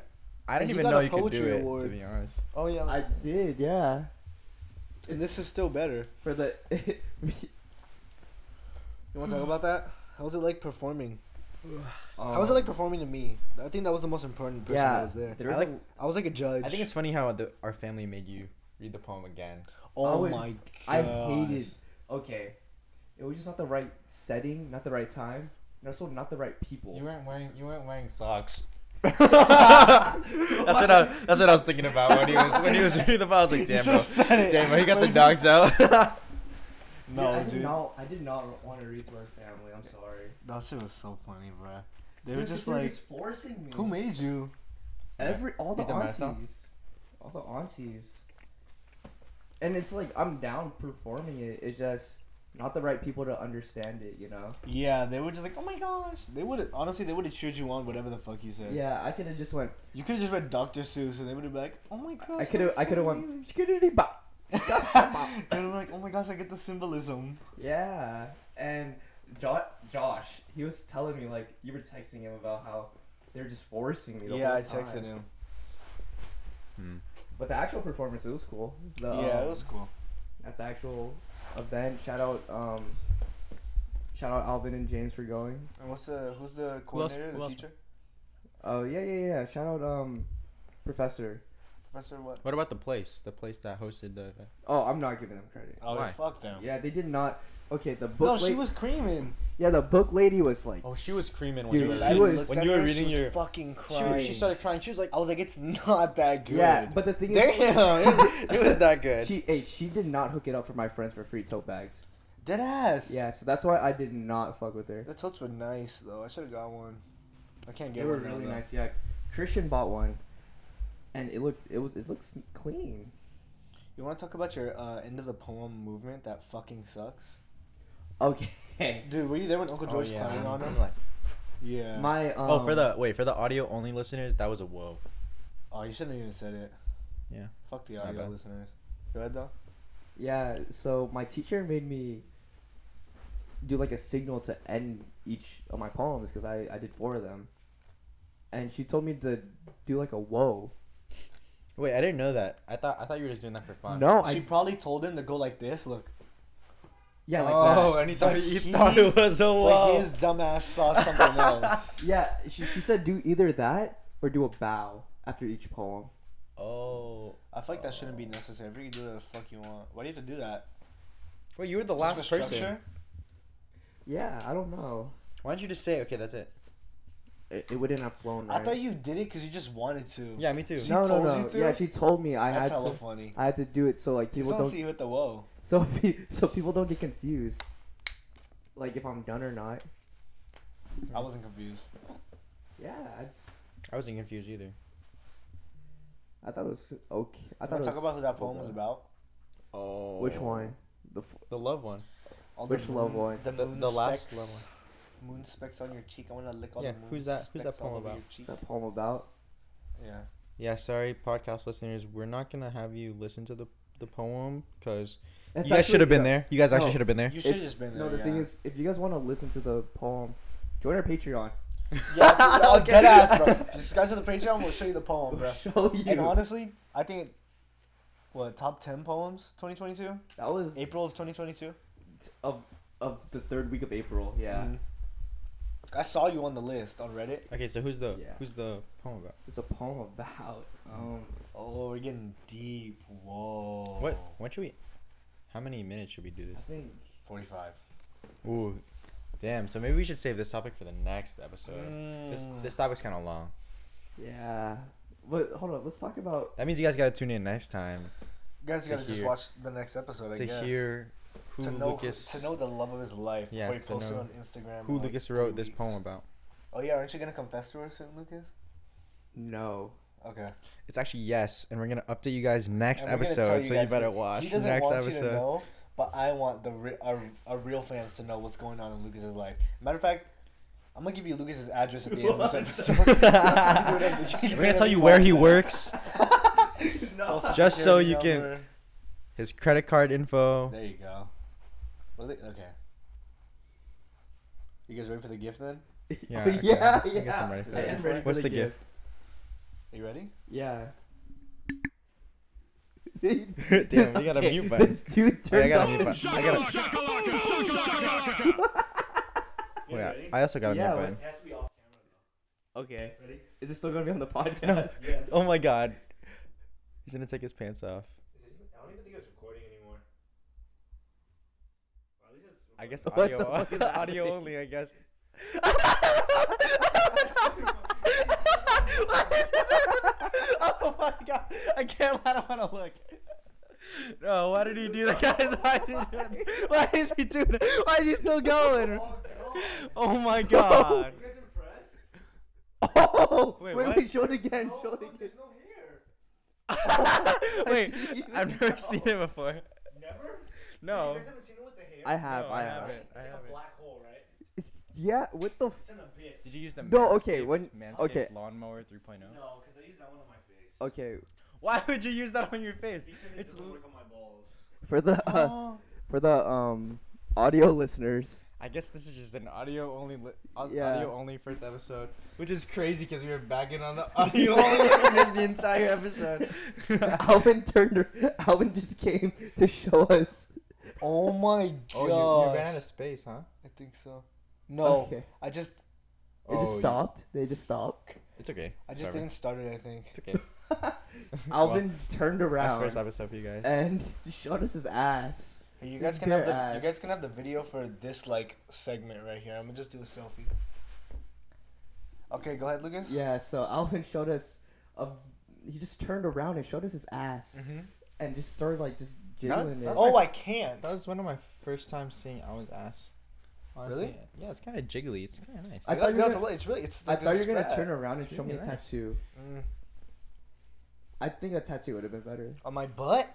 [SPEAKER 1] I
[SPEAKER 4] And
[SPEAKER 1] don't
[SPEAKER 4] he
[SPEAKER 1] even
[SPEAKER 4] got
[SPEAKER 1] know
[SPEAKER 4] a
[SPEAKER 1] you could do
[SPEAKER 4] poetry
[SPEAKER 1] it. To
[SPEAKER 4] award.
[SPEAKER 1] be honest,
[SPEAKER 4] Oh yeah,
[SPEAKER 3] I did, yeah.
[SPEAKER 4] and this is still better.
[SPEAKER 3] For the
[SPEAKER 4] You want to talk about that? How was it like performing?
[SPEAKER 3] um,
[SPEAKER 4] How was it like performing to me? I think that was the most important person
[SPEAKER 3] Yeah,
[SPEAKER 4] that was there.
[SPEAKER 3] there
[SPEAKER 1] I
[SPEAKER 3] was
[SPEAKER 1] like-
[SPEAKER 3] a-
[SPEAKER 4] I was like a judge.
[SPEAKER 1] I think it's funny how the, our family made you read the poem again.
[SPEAKER 4] Oh
[SPEAKER 3] Oh, it-
[SPEAKER 4] my god.
[SPEAKER 3] I hated. Okay, it was just not the right setting, not the right time, and also not the right people.
[SPEAKER 1] You weren't wearing. You weren't wearing socks. that's what I. That's what I was thinking about when he was when he was reading the poem. I was like,
[SPEAKER 4] You
[SPEAKER 1] damn,
[SPEAKER 4] should have
[SPEAKER 1] bro,
[SPEAKER 4] said it.
[SPEAKER 1] damn, bro, he got the
[SPEAKER 4] Like,
[SPEAKER 1] dogs out.
[SPEAKER 4] No,
[SPEAKER 3] Dude, I
[SPEAKER 4] dude.
[SPEAKER 3] did not. I did not want to read to our family. I'm sorry.
[SPEAKER 4] That shit was so funny, bro. They
[SPEAKER 3] Dude,
[SPEAKER 4] were
[SPEAKER 3] 'cause
[SPEAKER 4] just
[SPEAKER 3] they were
[SPEAKER 4] like,
[SPEAKER 3] just forcing me.
[SPEAKER 4] who made you?
[SPEAKER 3] Every all the
[SPEAKER 1] Did the
[SPEAKER 3] aunties,
[SPEAKER 1] math up?
[SPEAKER 3] all the aunties, and it's like I'm down performing it. It's just not the right people to understand it. You know.
[SPEAKER 4] Yeah, they were just like, oh my gosh. They would have honestly, they would have cheered you on whatever the fuck you said.
[SPEAKER 3] Yeah, I could have just went.
[SPEAKER 4] You could have just read Dr. Seuss, and they would have been like, oh my gosh.
[SPEAKER 3] I could have. I could have went. "Skididibop."
[SPEAKER 4] they would have been like, oh my gosh, I get the symbolism.
[SPEAKER 3] Yeah, and jo- Josh, he was telling me like you were texting him about how they were just forcing me. The
[SPEAKER 4] Yeah,
[SPEAKER 3] whole
[SPEAKER 4] I texted
[SPEAKER 3] time.
[SPEAKER 4] him.
[SPEAKER 1] Hmm.
[SPEAKER 3] But the actual performance, it was cool. The,
[SPEAKER 4] yeah,
[SPEAKER 3] um,
[SPEAKER 4] it was cool.
[SPEAKER 3] at the actual event. Shout out, um, shout out Alvin and James for going.
[SPEAKER 4] And what's the who's the
[SPEAKER 1] coordinator, the who else-
[SPEAKER 4] teacher?
[SPEAKER 3] Oh yeah, yeah, yeah. Shout out, um, professor.
[SPEAKER 4] Professor what?
[SPEAKER 1] What about the place? The place that hosted the.
[SPEAKER 3] Oh, I'm not giving them credit.
[SPEAKER 4] Oh
[SPEAKER 1] Why?
[SPEAKER 4] fuck them.
[SPEAKER 3] Yeah, they did not. Okay, the
[SPEAKER 4] No,
[SPEAKER 3] book.
[SPEAKER 4] she
[SPEAKER 3] la-
[SPEAKER 4] was creaming.
[SPEAKER 3] yeah, the book lady was like.
[SPEAKER 1] Oh, she was creaming when
[SPEAKER 3] when you
[SPEAKER 1] you
[SPEAKER 3] Dude,
[SPEAKER 1] were
[SPEAKER 3] were
[SPEAKER 1] reading.
[SPEAKER 4] Dude, I
[SPEAKER 3] she reading- was-
[SPEAKER 4] looked
[SPEAKER 1] when
[SPEAKER 4] at
[SPEAKER 1] you were
[SPEAKER 4] her,
[SPEAKER 1] reading
[SPEAKER 4] she was
[SPEAKER 1] your-
[SPEAKER 4] fucking
[SPEAKER 1] She,
[SPEAKER 4] crying.
[SPEAKER 1] she started crying. She was like,
[SPEAKER 4] I was like, it's not that good.
[SPEAKER 3] Yeah, but the thing is,
[SPEAKER 1] "Damn, it was that good."
[SPEAKER 3] she hey, she did not hook it up for my friends for free tote bags.
[SPEAKER 4] dead ass.
[SPEAKER 3] Yeah, so that's why I did not fuck with her.
[SPEAKER 4] The totes were nice though. I should have got one. I can't
[SPEAKER 3] They
[SPEAKER 4] get
[SPEAKER 3] were
[SPEAKER 4] one now,
[SPEAKER 3] really
[SPEAKER 4] though.
[SPEAKER 3] nice. Yeah, Christian bought one, and it looked it was it looks clean.
[SPEAKER 4] You want to talk about your uh, end of the poem movement that fucking sucks?
[SPEAKER 3] Okay.
[SPEAKER 4] Dude, were you there when Uncle George climbing on him? Yeah.
[SPEAKER 3] My um,
[SPEAKER 1] oh, for the wait for the audio only listeners, that was a whoa.
[SPEAKER 4] oh, you shouldn't have even said it.
[SPEAKER 1] Yeah.
[SPEAKER 4] Fuck the
[SPEAKER 1] My
[SPEAKER 4] audio
[SPEAKER 1] bad.
[SPEAKER 4] listeners. Go ahead though.
[SPEAKER 3] yeah. So my teacher made me do like a signal to end each of my poems because I I did four of them, and she told me to do like a whoa.
[SPEAKER 1] Wait, I didn't know that. I thought I thought you were just doing that for fun.
[SPEAKER 3] No,
[SPEAKER 4] she
[SPEAKER 3] I
[SPEAKER 4] probably told him to go like this. Look.
[SPEAKER 3] yeah like
[SPEAKER 1] oh,
[SPEAKER 3] that.
[SPEAKER 1] and he thought
[SPEAKER 4] Like,
[SPEAKER 1] he,
[SPEAKER 4] he-
[SPEAKER 1] thought it was a whoa.
[SPEAKER 4] Like his dumbass saw something else.
[SPEAKER 3] Yeah, she she said do either that or do a bow after each poem.
[SPEAKER 1] oh,
[SPEAKER 4] I feel like that shouldn't be necessary. If you can do the fuck you want, why do you have to do that?
[SPEAKER 1] wait, you were the
[SPEAKER 4] Just
[SPEAKER 1] last
[SPEAKER 4] for
[SPEAKER 1] person.
[SPEAKER 4] structure?
[SPEAKER 3] Yeah, I don't know.
[SPEAKER 1] Why don't you just say, okay, that's it?
[SPEAKER 3] It, it wouldn't have flown right.
[SPEAKER 4] I thought you did it because you just wanted to.
[SPEAKER 1] Yeah, me too.
[SPEAKER 4] She
[SPEAKER 3] no, no,
[SPEAKER 4] told
[SPEAKER 3] no.
[SPEAKER 4] you to?
[SPEAKER 3] Yeah, she told me I
[SPEAKER 4] that's
[SPEAKER 3] had
[SPEAKER 4] hella
[SPEAKER 3] to.
[SPEAKER 4] funny.
[SPEAKER 3] I had to do it so like
[SPEAKER 4] People
[SPEAKER 3] people
[SPEAKER 4] don't
[SPEAKER 3] don't
[SPEAKER 4] see you with the whoa.
[SPEAKER 3] so pe- so people don't get confused. Like if I'm done or not.
[SPEAKER 4] I wasn't confused.
[SPEAKER 3] Yeah, it's,
[SPEAKER 1] I wasn't confused either.
[SPEAKER 3] I thought it was okay. I
[SPEAKER 4] I
[SPEAKER 3] thought
[SPEAKER 4] thought
[SPEAKER 3] it
[SPEAKER 4] talk
[SPEAKER 3] was-
[SPEAKER 4] about who that poem was about.
[SPEAKER 1] Oh,
[SPEAKER 3] which one? The f-
[SPEAKER 1] The love one.
[SPEAKER 4] All
[SPEAKER 3] Which love one?
[SPEAKER 4] The,
[SPEAKER 1] The-
[SPEAKER 4] moon
[SPEAKER 1] the last
[SPEAKER 4] specks,
[SPEAKER 1] love
[SPEAKER 4] Moon specks on your cheek. I wanna lick all
[SPEAKER 1] Yeah,
[SPEAKER 4] the moon
[SPEAKER 1] who's that- who's that
[SPEAKER 4] specks all
[SPEAKER 1] poem
[SPEAKER 4] over
[SPEAKER 1] about?
[SPEAKER 4] your cheek.
[SPEAKER 3] what's that poem about?
[SPEAKER 4] Yeah.
[SPEAKER 1] Yeah, sorry, podcast listeners, we're not gonna have you listen to the the poem because
[SPEAKER 3] That's
[SPEAKER 1] you guys
[SPEAKER 3] actually-
[SPEAKER 1] should have been
[SPEAKER 3] no,
[SPEAKER 1] there. You guys actually
[SPEAKER 3] No,
[SPEAKER 1] should have been there.
[SPEAKER 4] You should have just been there.
[SPEAKER 3] No, the
[SPEAKER 4] yeah.
[SPEAKER 3] thing is, if you guys want to listen to the poem, join our Patreon.
[SPEAKER 4] yeah, oh, dead ass, bro. If you subscribe to the Patreon, we'll show you the poem, bro.
[SPEAKER 3] We'll show you.
[SPEAKER 4] And honestly, I think what top ten poems, 2022,
[SPEAKER 3] that was
[SPEAKER 4] April of 2022.
[SPEAKER 3] of of the third week of April. Yeah,
[SPEAKER 4] Mhm. I saw you on the list on Reddit.
[SPEAKER 1] Okay, so who's the
[SPEAKER 3] Yeah.
[SPEAKER 1] who's the poem about?
[SPEAKER 3] it's a poem about um.
[SPEAKER 4] Oh, we're getting deep. Whoa.
[SPEAKER 1] What? When should we? How many minutes should we do
[SPEAKER 3] I
[SPEAKER 1] this?
[SPEAKER 3] think
[SPEAKER 4] 45.
[SPEAKER 1] Ooh, damn. So maybe we should save this topic for the next episode. This
[SPEAKER 4] Mm.
[SPEAKER 1] this topic's kind of long.
[SPEAKER 3] yeah. But hold on, let's talk about
[SPEAKER 1] That means you guys gotta tune in next time
[SPEAKER 4] You guys
[SPEAKER 1] to
[SPEAKER 4] gotta just
[SPEAKER 1] hear-
[SPEAKER 4] watch the next episode, I
[SPEAKER 1] to
[SPEAKER 4] guess.
[SPEAKER 1] hear who
[SPEAKER 4] to know
[SPEAKER 1] Lucas
[SPEAKER 4] to know the love of his life
[SPEAKER 1] Yeah,
[SPEAKER 4] before he
[SPEAKER 1] to
[SPEAKER 4] posted
[SPEAKER 1] know
[SPEAKER 4] on Instagram.
[SPEAKER 1] who
[SPEAKER 4] in, like,
[SPEAKER 1] Lucas
[SPEAKER 4] three
[SPEAKER 1] wrote this
[SPEAKER 4] weeks.
[SPEAKER 1] poem about.
[SPEAKER 4] Oh yeah, aren't you gonna confess to her soon, Lucas?
[SPEAKER 3] no.
[SPEAKER 4] Okay.
[SPEAKER 1] It's actually yes, and we're gonna update you guys next
[SPEAKER 4] And we're gonna tell
[SPEAKER 1] episode. so you
[SPEAKER 4] guys
[SPEAKER 1] better
[SPEAKER 4] because
[SPEAKER 1] watch
[SPEAKER 4] He doesn't
[SPEAKER 1] next
[SPEAKER 4] want
[SPEAKER 1] episode.
[SPEAKER 4] you to know, but I want the re- our, our real fans to know what's going on in Lucas's life. Matter of fact, I'm gonna give you Lucas's address at the end of this
[SPEAKER 1] we're
[SPEAKER 4] episode.
[SPEAKER 1] gonna tell you where he works.
[SPEAKER 4] So
[SPEAKER 1] Just so
[SPEAKER 4] security
[SPEAKER 1] you can-
[SPEAKER 4] number.
[SPEAKER 1] His credit card info.
[SPEAKER 4] There you go. What are they- okay. You guys ready for the gift then?
[SPEAKER 1] Yeah, okay, I
[SPEAKER 3] Oh, yeah,
[SPEAKER 1] guess- I guess
[SPEAKER 3] yeah.
[SPEAKER 1] I'm ready for
[SPEAKER 3] I
[SPEAKER 1] that.
[SPEAKER 3] am ready for
[SPEAKER 1] What's
[SPEAKER 3] the
[SPEAKER 1] the
[SPEAKER 3] gift.
[SPEAKER 4] Are you ready?
[SPEAKER 3] Yeah.
[SPEAKER 1] Damn, we got a mute button.
[SPEAKER 3] This dude
[SPEAKER 1] Wait, I
[SPEAKER 3] turned
[SPEAKER 1] got a
[SPEAKER 3] off
[SPEAKER 1] mute
[SPEAKER 3] his-
[SPEAKER 1] button. I got a,
[SPEAKER 4] You
[SPEAKER 1] wait,
[SPEAKER 4] guys
[SPEAKER 1] I- I also got a
[SPEAKER 3] Yeah,
[SPEAKER 1] mute
[SPEAKER 3] but-
[SPEAKER 1] button.
[SPEAKER 3] Okay.
[SPEAKER 4] Ready?
[SPEAKER 3] Is it still gonna be on the podcast?
[SPEAKER 4] Yes.
[SPEAKER 1] Oh my god. He's gonna take his pants off.
[SPEAKER 4] I don't even think it's recording anymore.
[SPEAKER 1] I guess
[SPEAKER 3] What
[SPEAKER 1] audio,
[SPEAKER 3] the fuck is
[SPEAKER 1] audio
[SPEAKER 3] happening?
[SPEAKER 1] only. I guess. oh my god! I can't. I don't want to look. No, why did he do that, guys? Why did he do that? Why is he doing it? Why is he still going? Oh my god!
[SPEAKER 4] guys impressed?
[SPEAKER 3] Oh,
[SPEAKER 1] Wait,
[SPEAKER 3] wait, wait,
[SPEAKER 1] what?
[SPEAKER 3] show it again, show it again.
[SPEAKER 4] no hair.
[SPEAKER 1] Wait,
[SPEAKER 3] I didn't
[SPEAKER 1] I've never
[SPEAKER 3] know.
[SPEAKER 1] seen it before.
[SPEAKER 4] Never?
[SPEAKER 1] No.
[SPEAKER 4] haven't seen it with the hair?
[SPEAKER 3] I have,
[SPEAKER 1] No,
[SPEAKER 3] I,
[SPEAKER 1] I
[SPEAKER 3] have.
[SPEAKER 1] haven't. I haven't.
[SPEAKER 4] black hole, right?
[SPEAKER 3] It's, yeah, what the? F-
[SPEAKER 4] It's an abyss.
[SPEAKER 1] Did you use the
[SPEAKER 3] No, okay,
[SPEAKER 1] Manscaped-
[SPEAKER 3] when-
[SPEAKER 1] Manscaped
[SPEAKER 3] okay.
[SPEAKER 1] lawnmower 3.0?
[SPEAKER 4] No, because I used that one on my face.
[SPEAKER 1] Oh.
[SPEAKER 3] okay,
[SPEAKER 1] Why would you use that on your face?
[SPEAKER 4] Because it
[SPEAKER 1] It's
[SPEAKER 4] doesn't
[SPEAKER 1] l-
[SPEAKER 4] work on my balls.
[SPEAKER 3] for the uh,
[SPEAKER 1] Oh.
[SPEAKER 3] for the um audio listeners.
[SPEAKER 1] I guess this is just an audio only, li- aus-
[SPEAKER 3] Yeah.
[SPEAKER 1] audio only first episode, which is crazy because we were bagging on the audio only listeners the entire episode.
[SPEAKER 3] Alvin turned. Alvin just came to show us.
[SPEAKER 4] Oh my god.
[SPEAKER 1] oh, you, you ran out of space, huh?
[SPEAKER 4] I think so. No,
[SPEAKER 3] Okay.
[SPEAKER 4] I just
[SPEAKER 3] It
[SPEAKER 1] Oh,
[SPEAKER 3] just
[SPEAKER 1] you-
[SPEAKER 3] stopped. They just stopped.
[SPEAKER 1] It's okay.
[SPEAKER 4] I
[SPEAKER 1] It's
[SPEAKER 4] just
[SPEAKER 1] whatever.
[SPEAKER 4] didn't start it. I think.
[SPEAKER 1] It's okay.
[SPEAKER 3] Alvin turned
[SPEAKER 1] That's first
[SPEAKER 3] around
[SPEAKER 1] episode for you guys.
[SPEAKER 3] and showed us his ass.
[SPEAKER 4] You guys
[SPEAKER 3] This
[SPEAKER 4] can have
[SPEAKER 3] bare
[SPEAKER 4] the you
[SPEAKER 3] ass.
[SPEAKER 4] guys can have the video for this like segment right here. I'm gonna just do a selfie. Okay, go ahead, Lucas.
[SPEAKER 3] Yeah. So Alvin showed us a. He just turned around and showed us his ass
[SPEAKER 4] hmm
[SPEAKER 3] and just started like just
[SPEAKER 1] That's-
[SPEAKER 3] jiggling it.
[SPEAKER 1] that's
[SPEAKER 4] Oh, I can't.
[SPEAKER 1] that was one of my first times seeing Alan's ass. Honestly,
[SPEAKER 4] Really?
[SPEAKER 1] Yeah, it's kind of jiggly. It's kind of nice.
[SPEAKER 3] I
[SPEAKER 4] I
[SPEAKER 3] thought
[SPEAKER 4] thought
[SPEAKER 3] you
[SPEAKER 4] you
[SPEAKER 3] were
[SPEAKER 4] were
[SPEAKER 3] gonna-
[SPEAKER 4] It's really. It's.
[SPEAKER 3] I
[SPEAKER 4] Like,
[SPEAKER 3] thought you were gonna
[SPEAKER 4] fat.
[SPEAKER 3] turn around and
[SPEAKER 1] It's
[SPEAKER 3] show me
[SPEAKER 1] really
[SPEAKER 3] a
[SPEAKER 1] nice.
[SPEAKER 3] tattoo.
[SPEAKER 4] Mm.
[SPEAKER 3] I think a tattoo would have been better.
[SPEAKER 4] on my butt.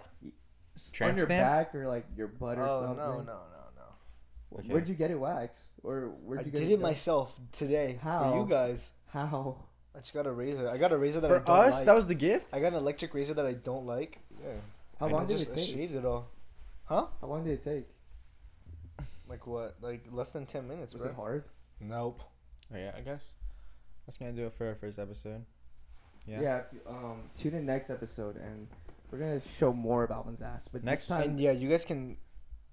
[SPEAKER 1] Tramp
[SPEAKER 3] on your
[SPEAKER 1] stamp?
[SPEAKER 3] back or like your butt or
[SPEAKER 4] oh
[SPEAKER 3] something.
[SPEAKER 4] no no no
[SPEAKER 3] Wh-
[SPEAKER 1] Okay.
[SPEAKER 3] Where'd you get it waxed? Or
[SPEAKER 4] no!
[SPEAKER 3] where'd
[SPEAKER 4] I
[SPEAKER 3] you get
[SPEAKER 4] did
[SPEAKER 3] it
[SPEAKER 4] it
[SPEAKER 3] done?
[SPEAKER 4] myself today
[SPEAKER 3] How?
[SPEAKER 4] for you guys.
[SPEAKER 3] How?
[SPEAKER 4] I just got a razor. I got a razor that I
[SPEAKER 1] for
[SPEAKER 4] don't
[SPEAKER 1] us,
[SPEAKER 4] like.
[SPEAKER 1] that was the gift.
[SPEAKER 4] I got an electric razor that I don't like. Yeah.
[SPEAKER 3] How
[SPEAKER 1] I
[SPEAKER 3] long
[SPEAKER 4] I
[SPEAKER 3] did
[SPEAKER 4] just
[SPEAKER 3] it take?
[SPEAKER 4] shaved it all. Huh?
[SPEAKER 3] How long did it take?
[SPEAKER 4] Like what? Like less than ten minutes.
[SPEAKER 3] Was
[SPEAKER 4] bro.
[SPEAKER 3] it hard?
[SPEAKER 4] Nope.
[SPEAKER 1] Oh, yeah, I guess that's gonna do it for our first episode.
[SPEAKER 3] Yeah. if you- um, tune in next episode and we're gonna show more about one's ass. But
[SPEAKER 1] Next-
[SPEAKER 3] next
[SPEAKER 4] And
[SPEAKER 3] time,
[SPEAKER 4] yeah, you guys can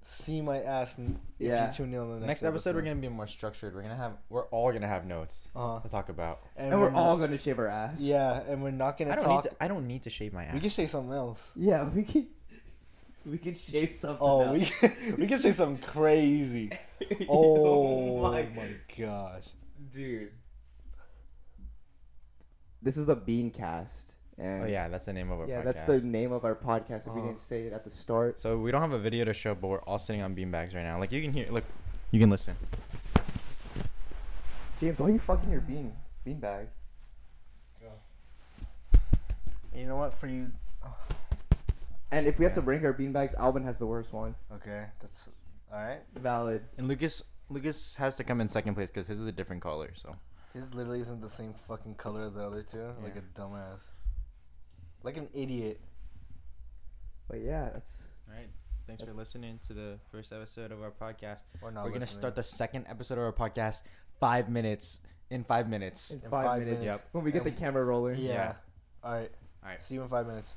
[SPEAKER 4] see my ass n- if
[SPEAKER 3] Yeah.
[SPEAKER 4] you tune in on the next,
[SPEAKER 1] next episode, we're gonna be more structured. We're gonna have we're all gonna have notes
[SPEAKER 4] Uh,
[SPEAKER 1] to talk about.
[SPEAKER 3] and we're
[SPEAKER 4] n-
[SPEAKER 3] all gonna shave our ass.
[SPEAKER 4] Yeah, and we're not gonna
[SPEAKER 1] I don't
[SPEAKER 4] talk.
[SPEAKER 1] need to. I don't need to shave my ass.
[SPEAKER 4] We can say something else.
[SPEAKER 3] Yeah, we can. We can shave something.
[SPEAKER 4] Oh,
[SPEAKER 3] up.
[SPEAKER 4] we can, we can say something crazy.
[SPEAKER 3] Oh
[SPEAKER 4] Oh
[SPEAKER 3] my-
[SPEAKER 4] my. gosh.
[SPEAKER 3] dude. This is the Bean Cast. And
[SPEAKER 1] oh yeah, that's the name of our
[SPEAKER 3] yeah,
[SPEAKER 1] podcast.
[SPEAKER 3] that's the name of our podcast. If we
[SPEAKER 4] Oh.
[SPEAKER 3] didn't say it at the start.
[SPEAKER 1] so we don't have a video to show, but we're all sitting on beanbags right now. Like you can hear. Look, you can listen.
[SPEAKER 3] James, why are you fucking your bean bean bag?
[SPEAKER 4] And You know what? For you. oh,
[SPEAKER 3] And if we have to
[SPEAKER 1] Yeah.
[SPEAKER 3] rank our bean bags, Alvin has the worst one.
[SPEAKER 4] Okay, that's all right.
[SPEAKER 3] Valid.
[SPEAKER 1] And Lucas, Lucas has to come in second place because his is a different color. So
[SPEAKER 4] His literally isn't the same fucking color as the other two. Like
[SPEAKER 1] Yeah.
[SPEAKER 4] a dumbass. Like an idiot.
[SPEAKER 3] But yeah, that's
[SPEAKER 1] all right. Thanks
[SPEAKER 3] for That's-
[SPEAKER 1] listening to the first episode of our podcast.
[SPEAKER 4] Or not.
[SPEAKER 1] We're gonna start the second episode of our podcast five minutes in five minutes.
[SPEAKER 3] in,
[SPEAKER 4] In
[SPEAKER 3] five,
[SPEAKER 4] five
[SPEAKER 3] minutes.
[SPEAKER 1] minutes.
[SPEAKER 3] When we get the
[SPEAKER 4] And-
[SPEAKER 3] camera rolling.
[SPEAKER 4] Yeah.
[SPEAKER 1] Yeah.
[SPEAKER 4] All right.
[SPEAKER 1] All right.
[SPEAKER 4] See you in five minutes.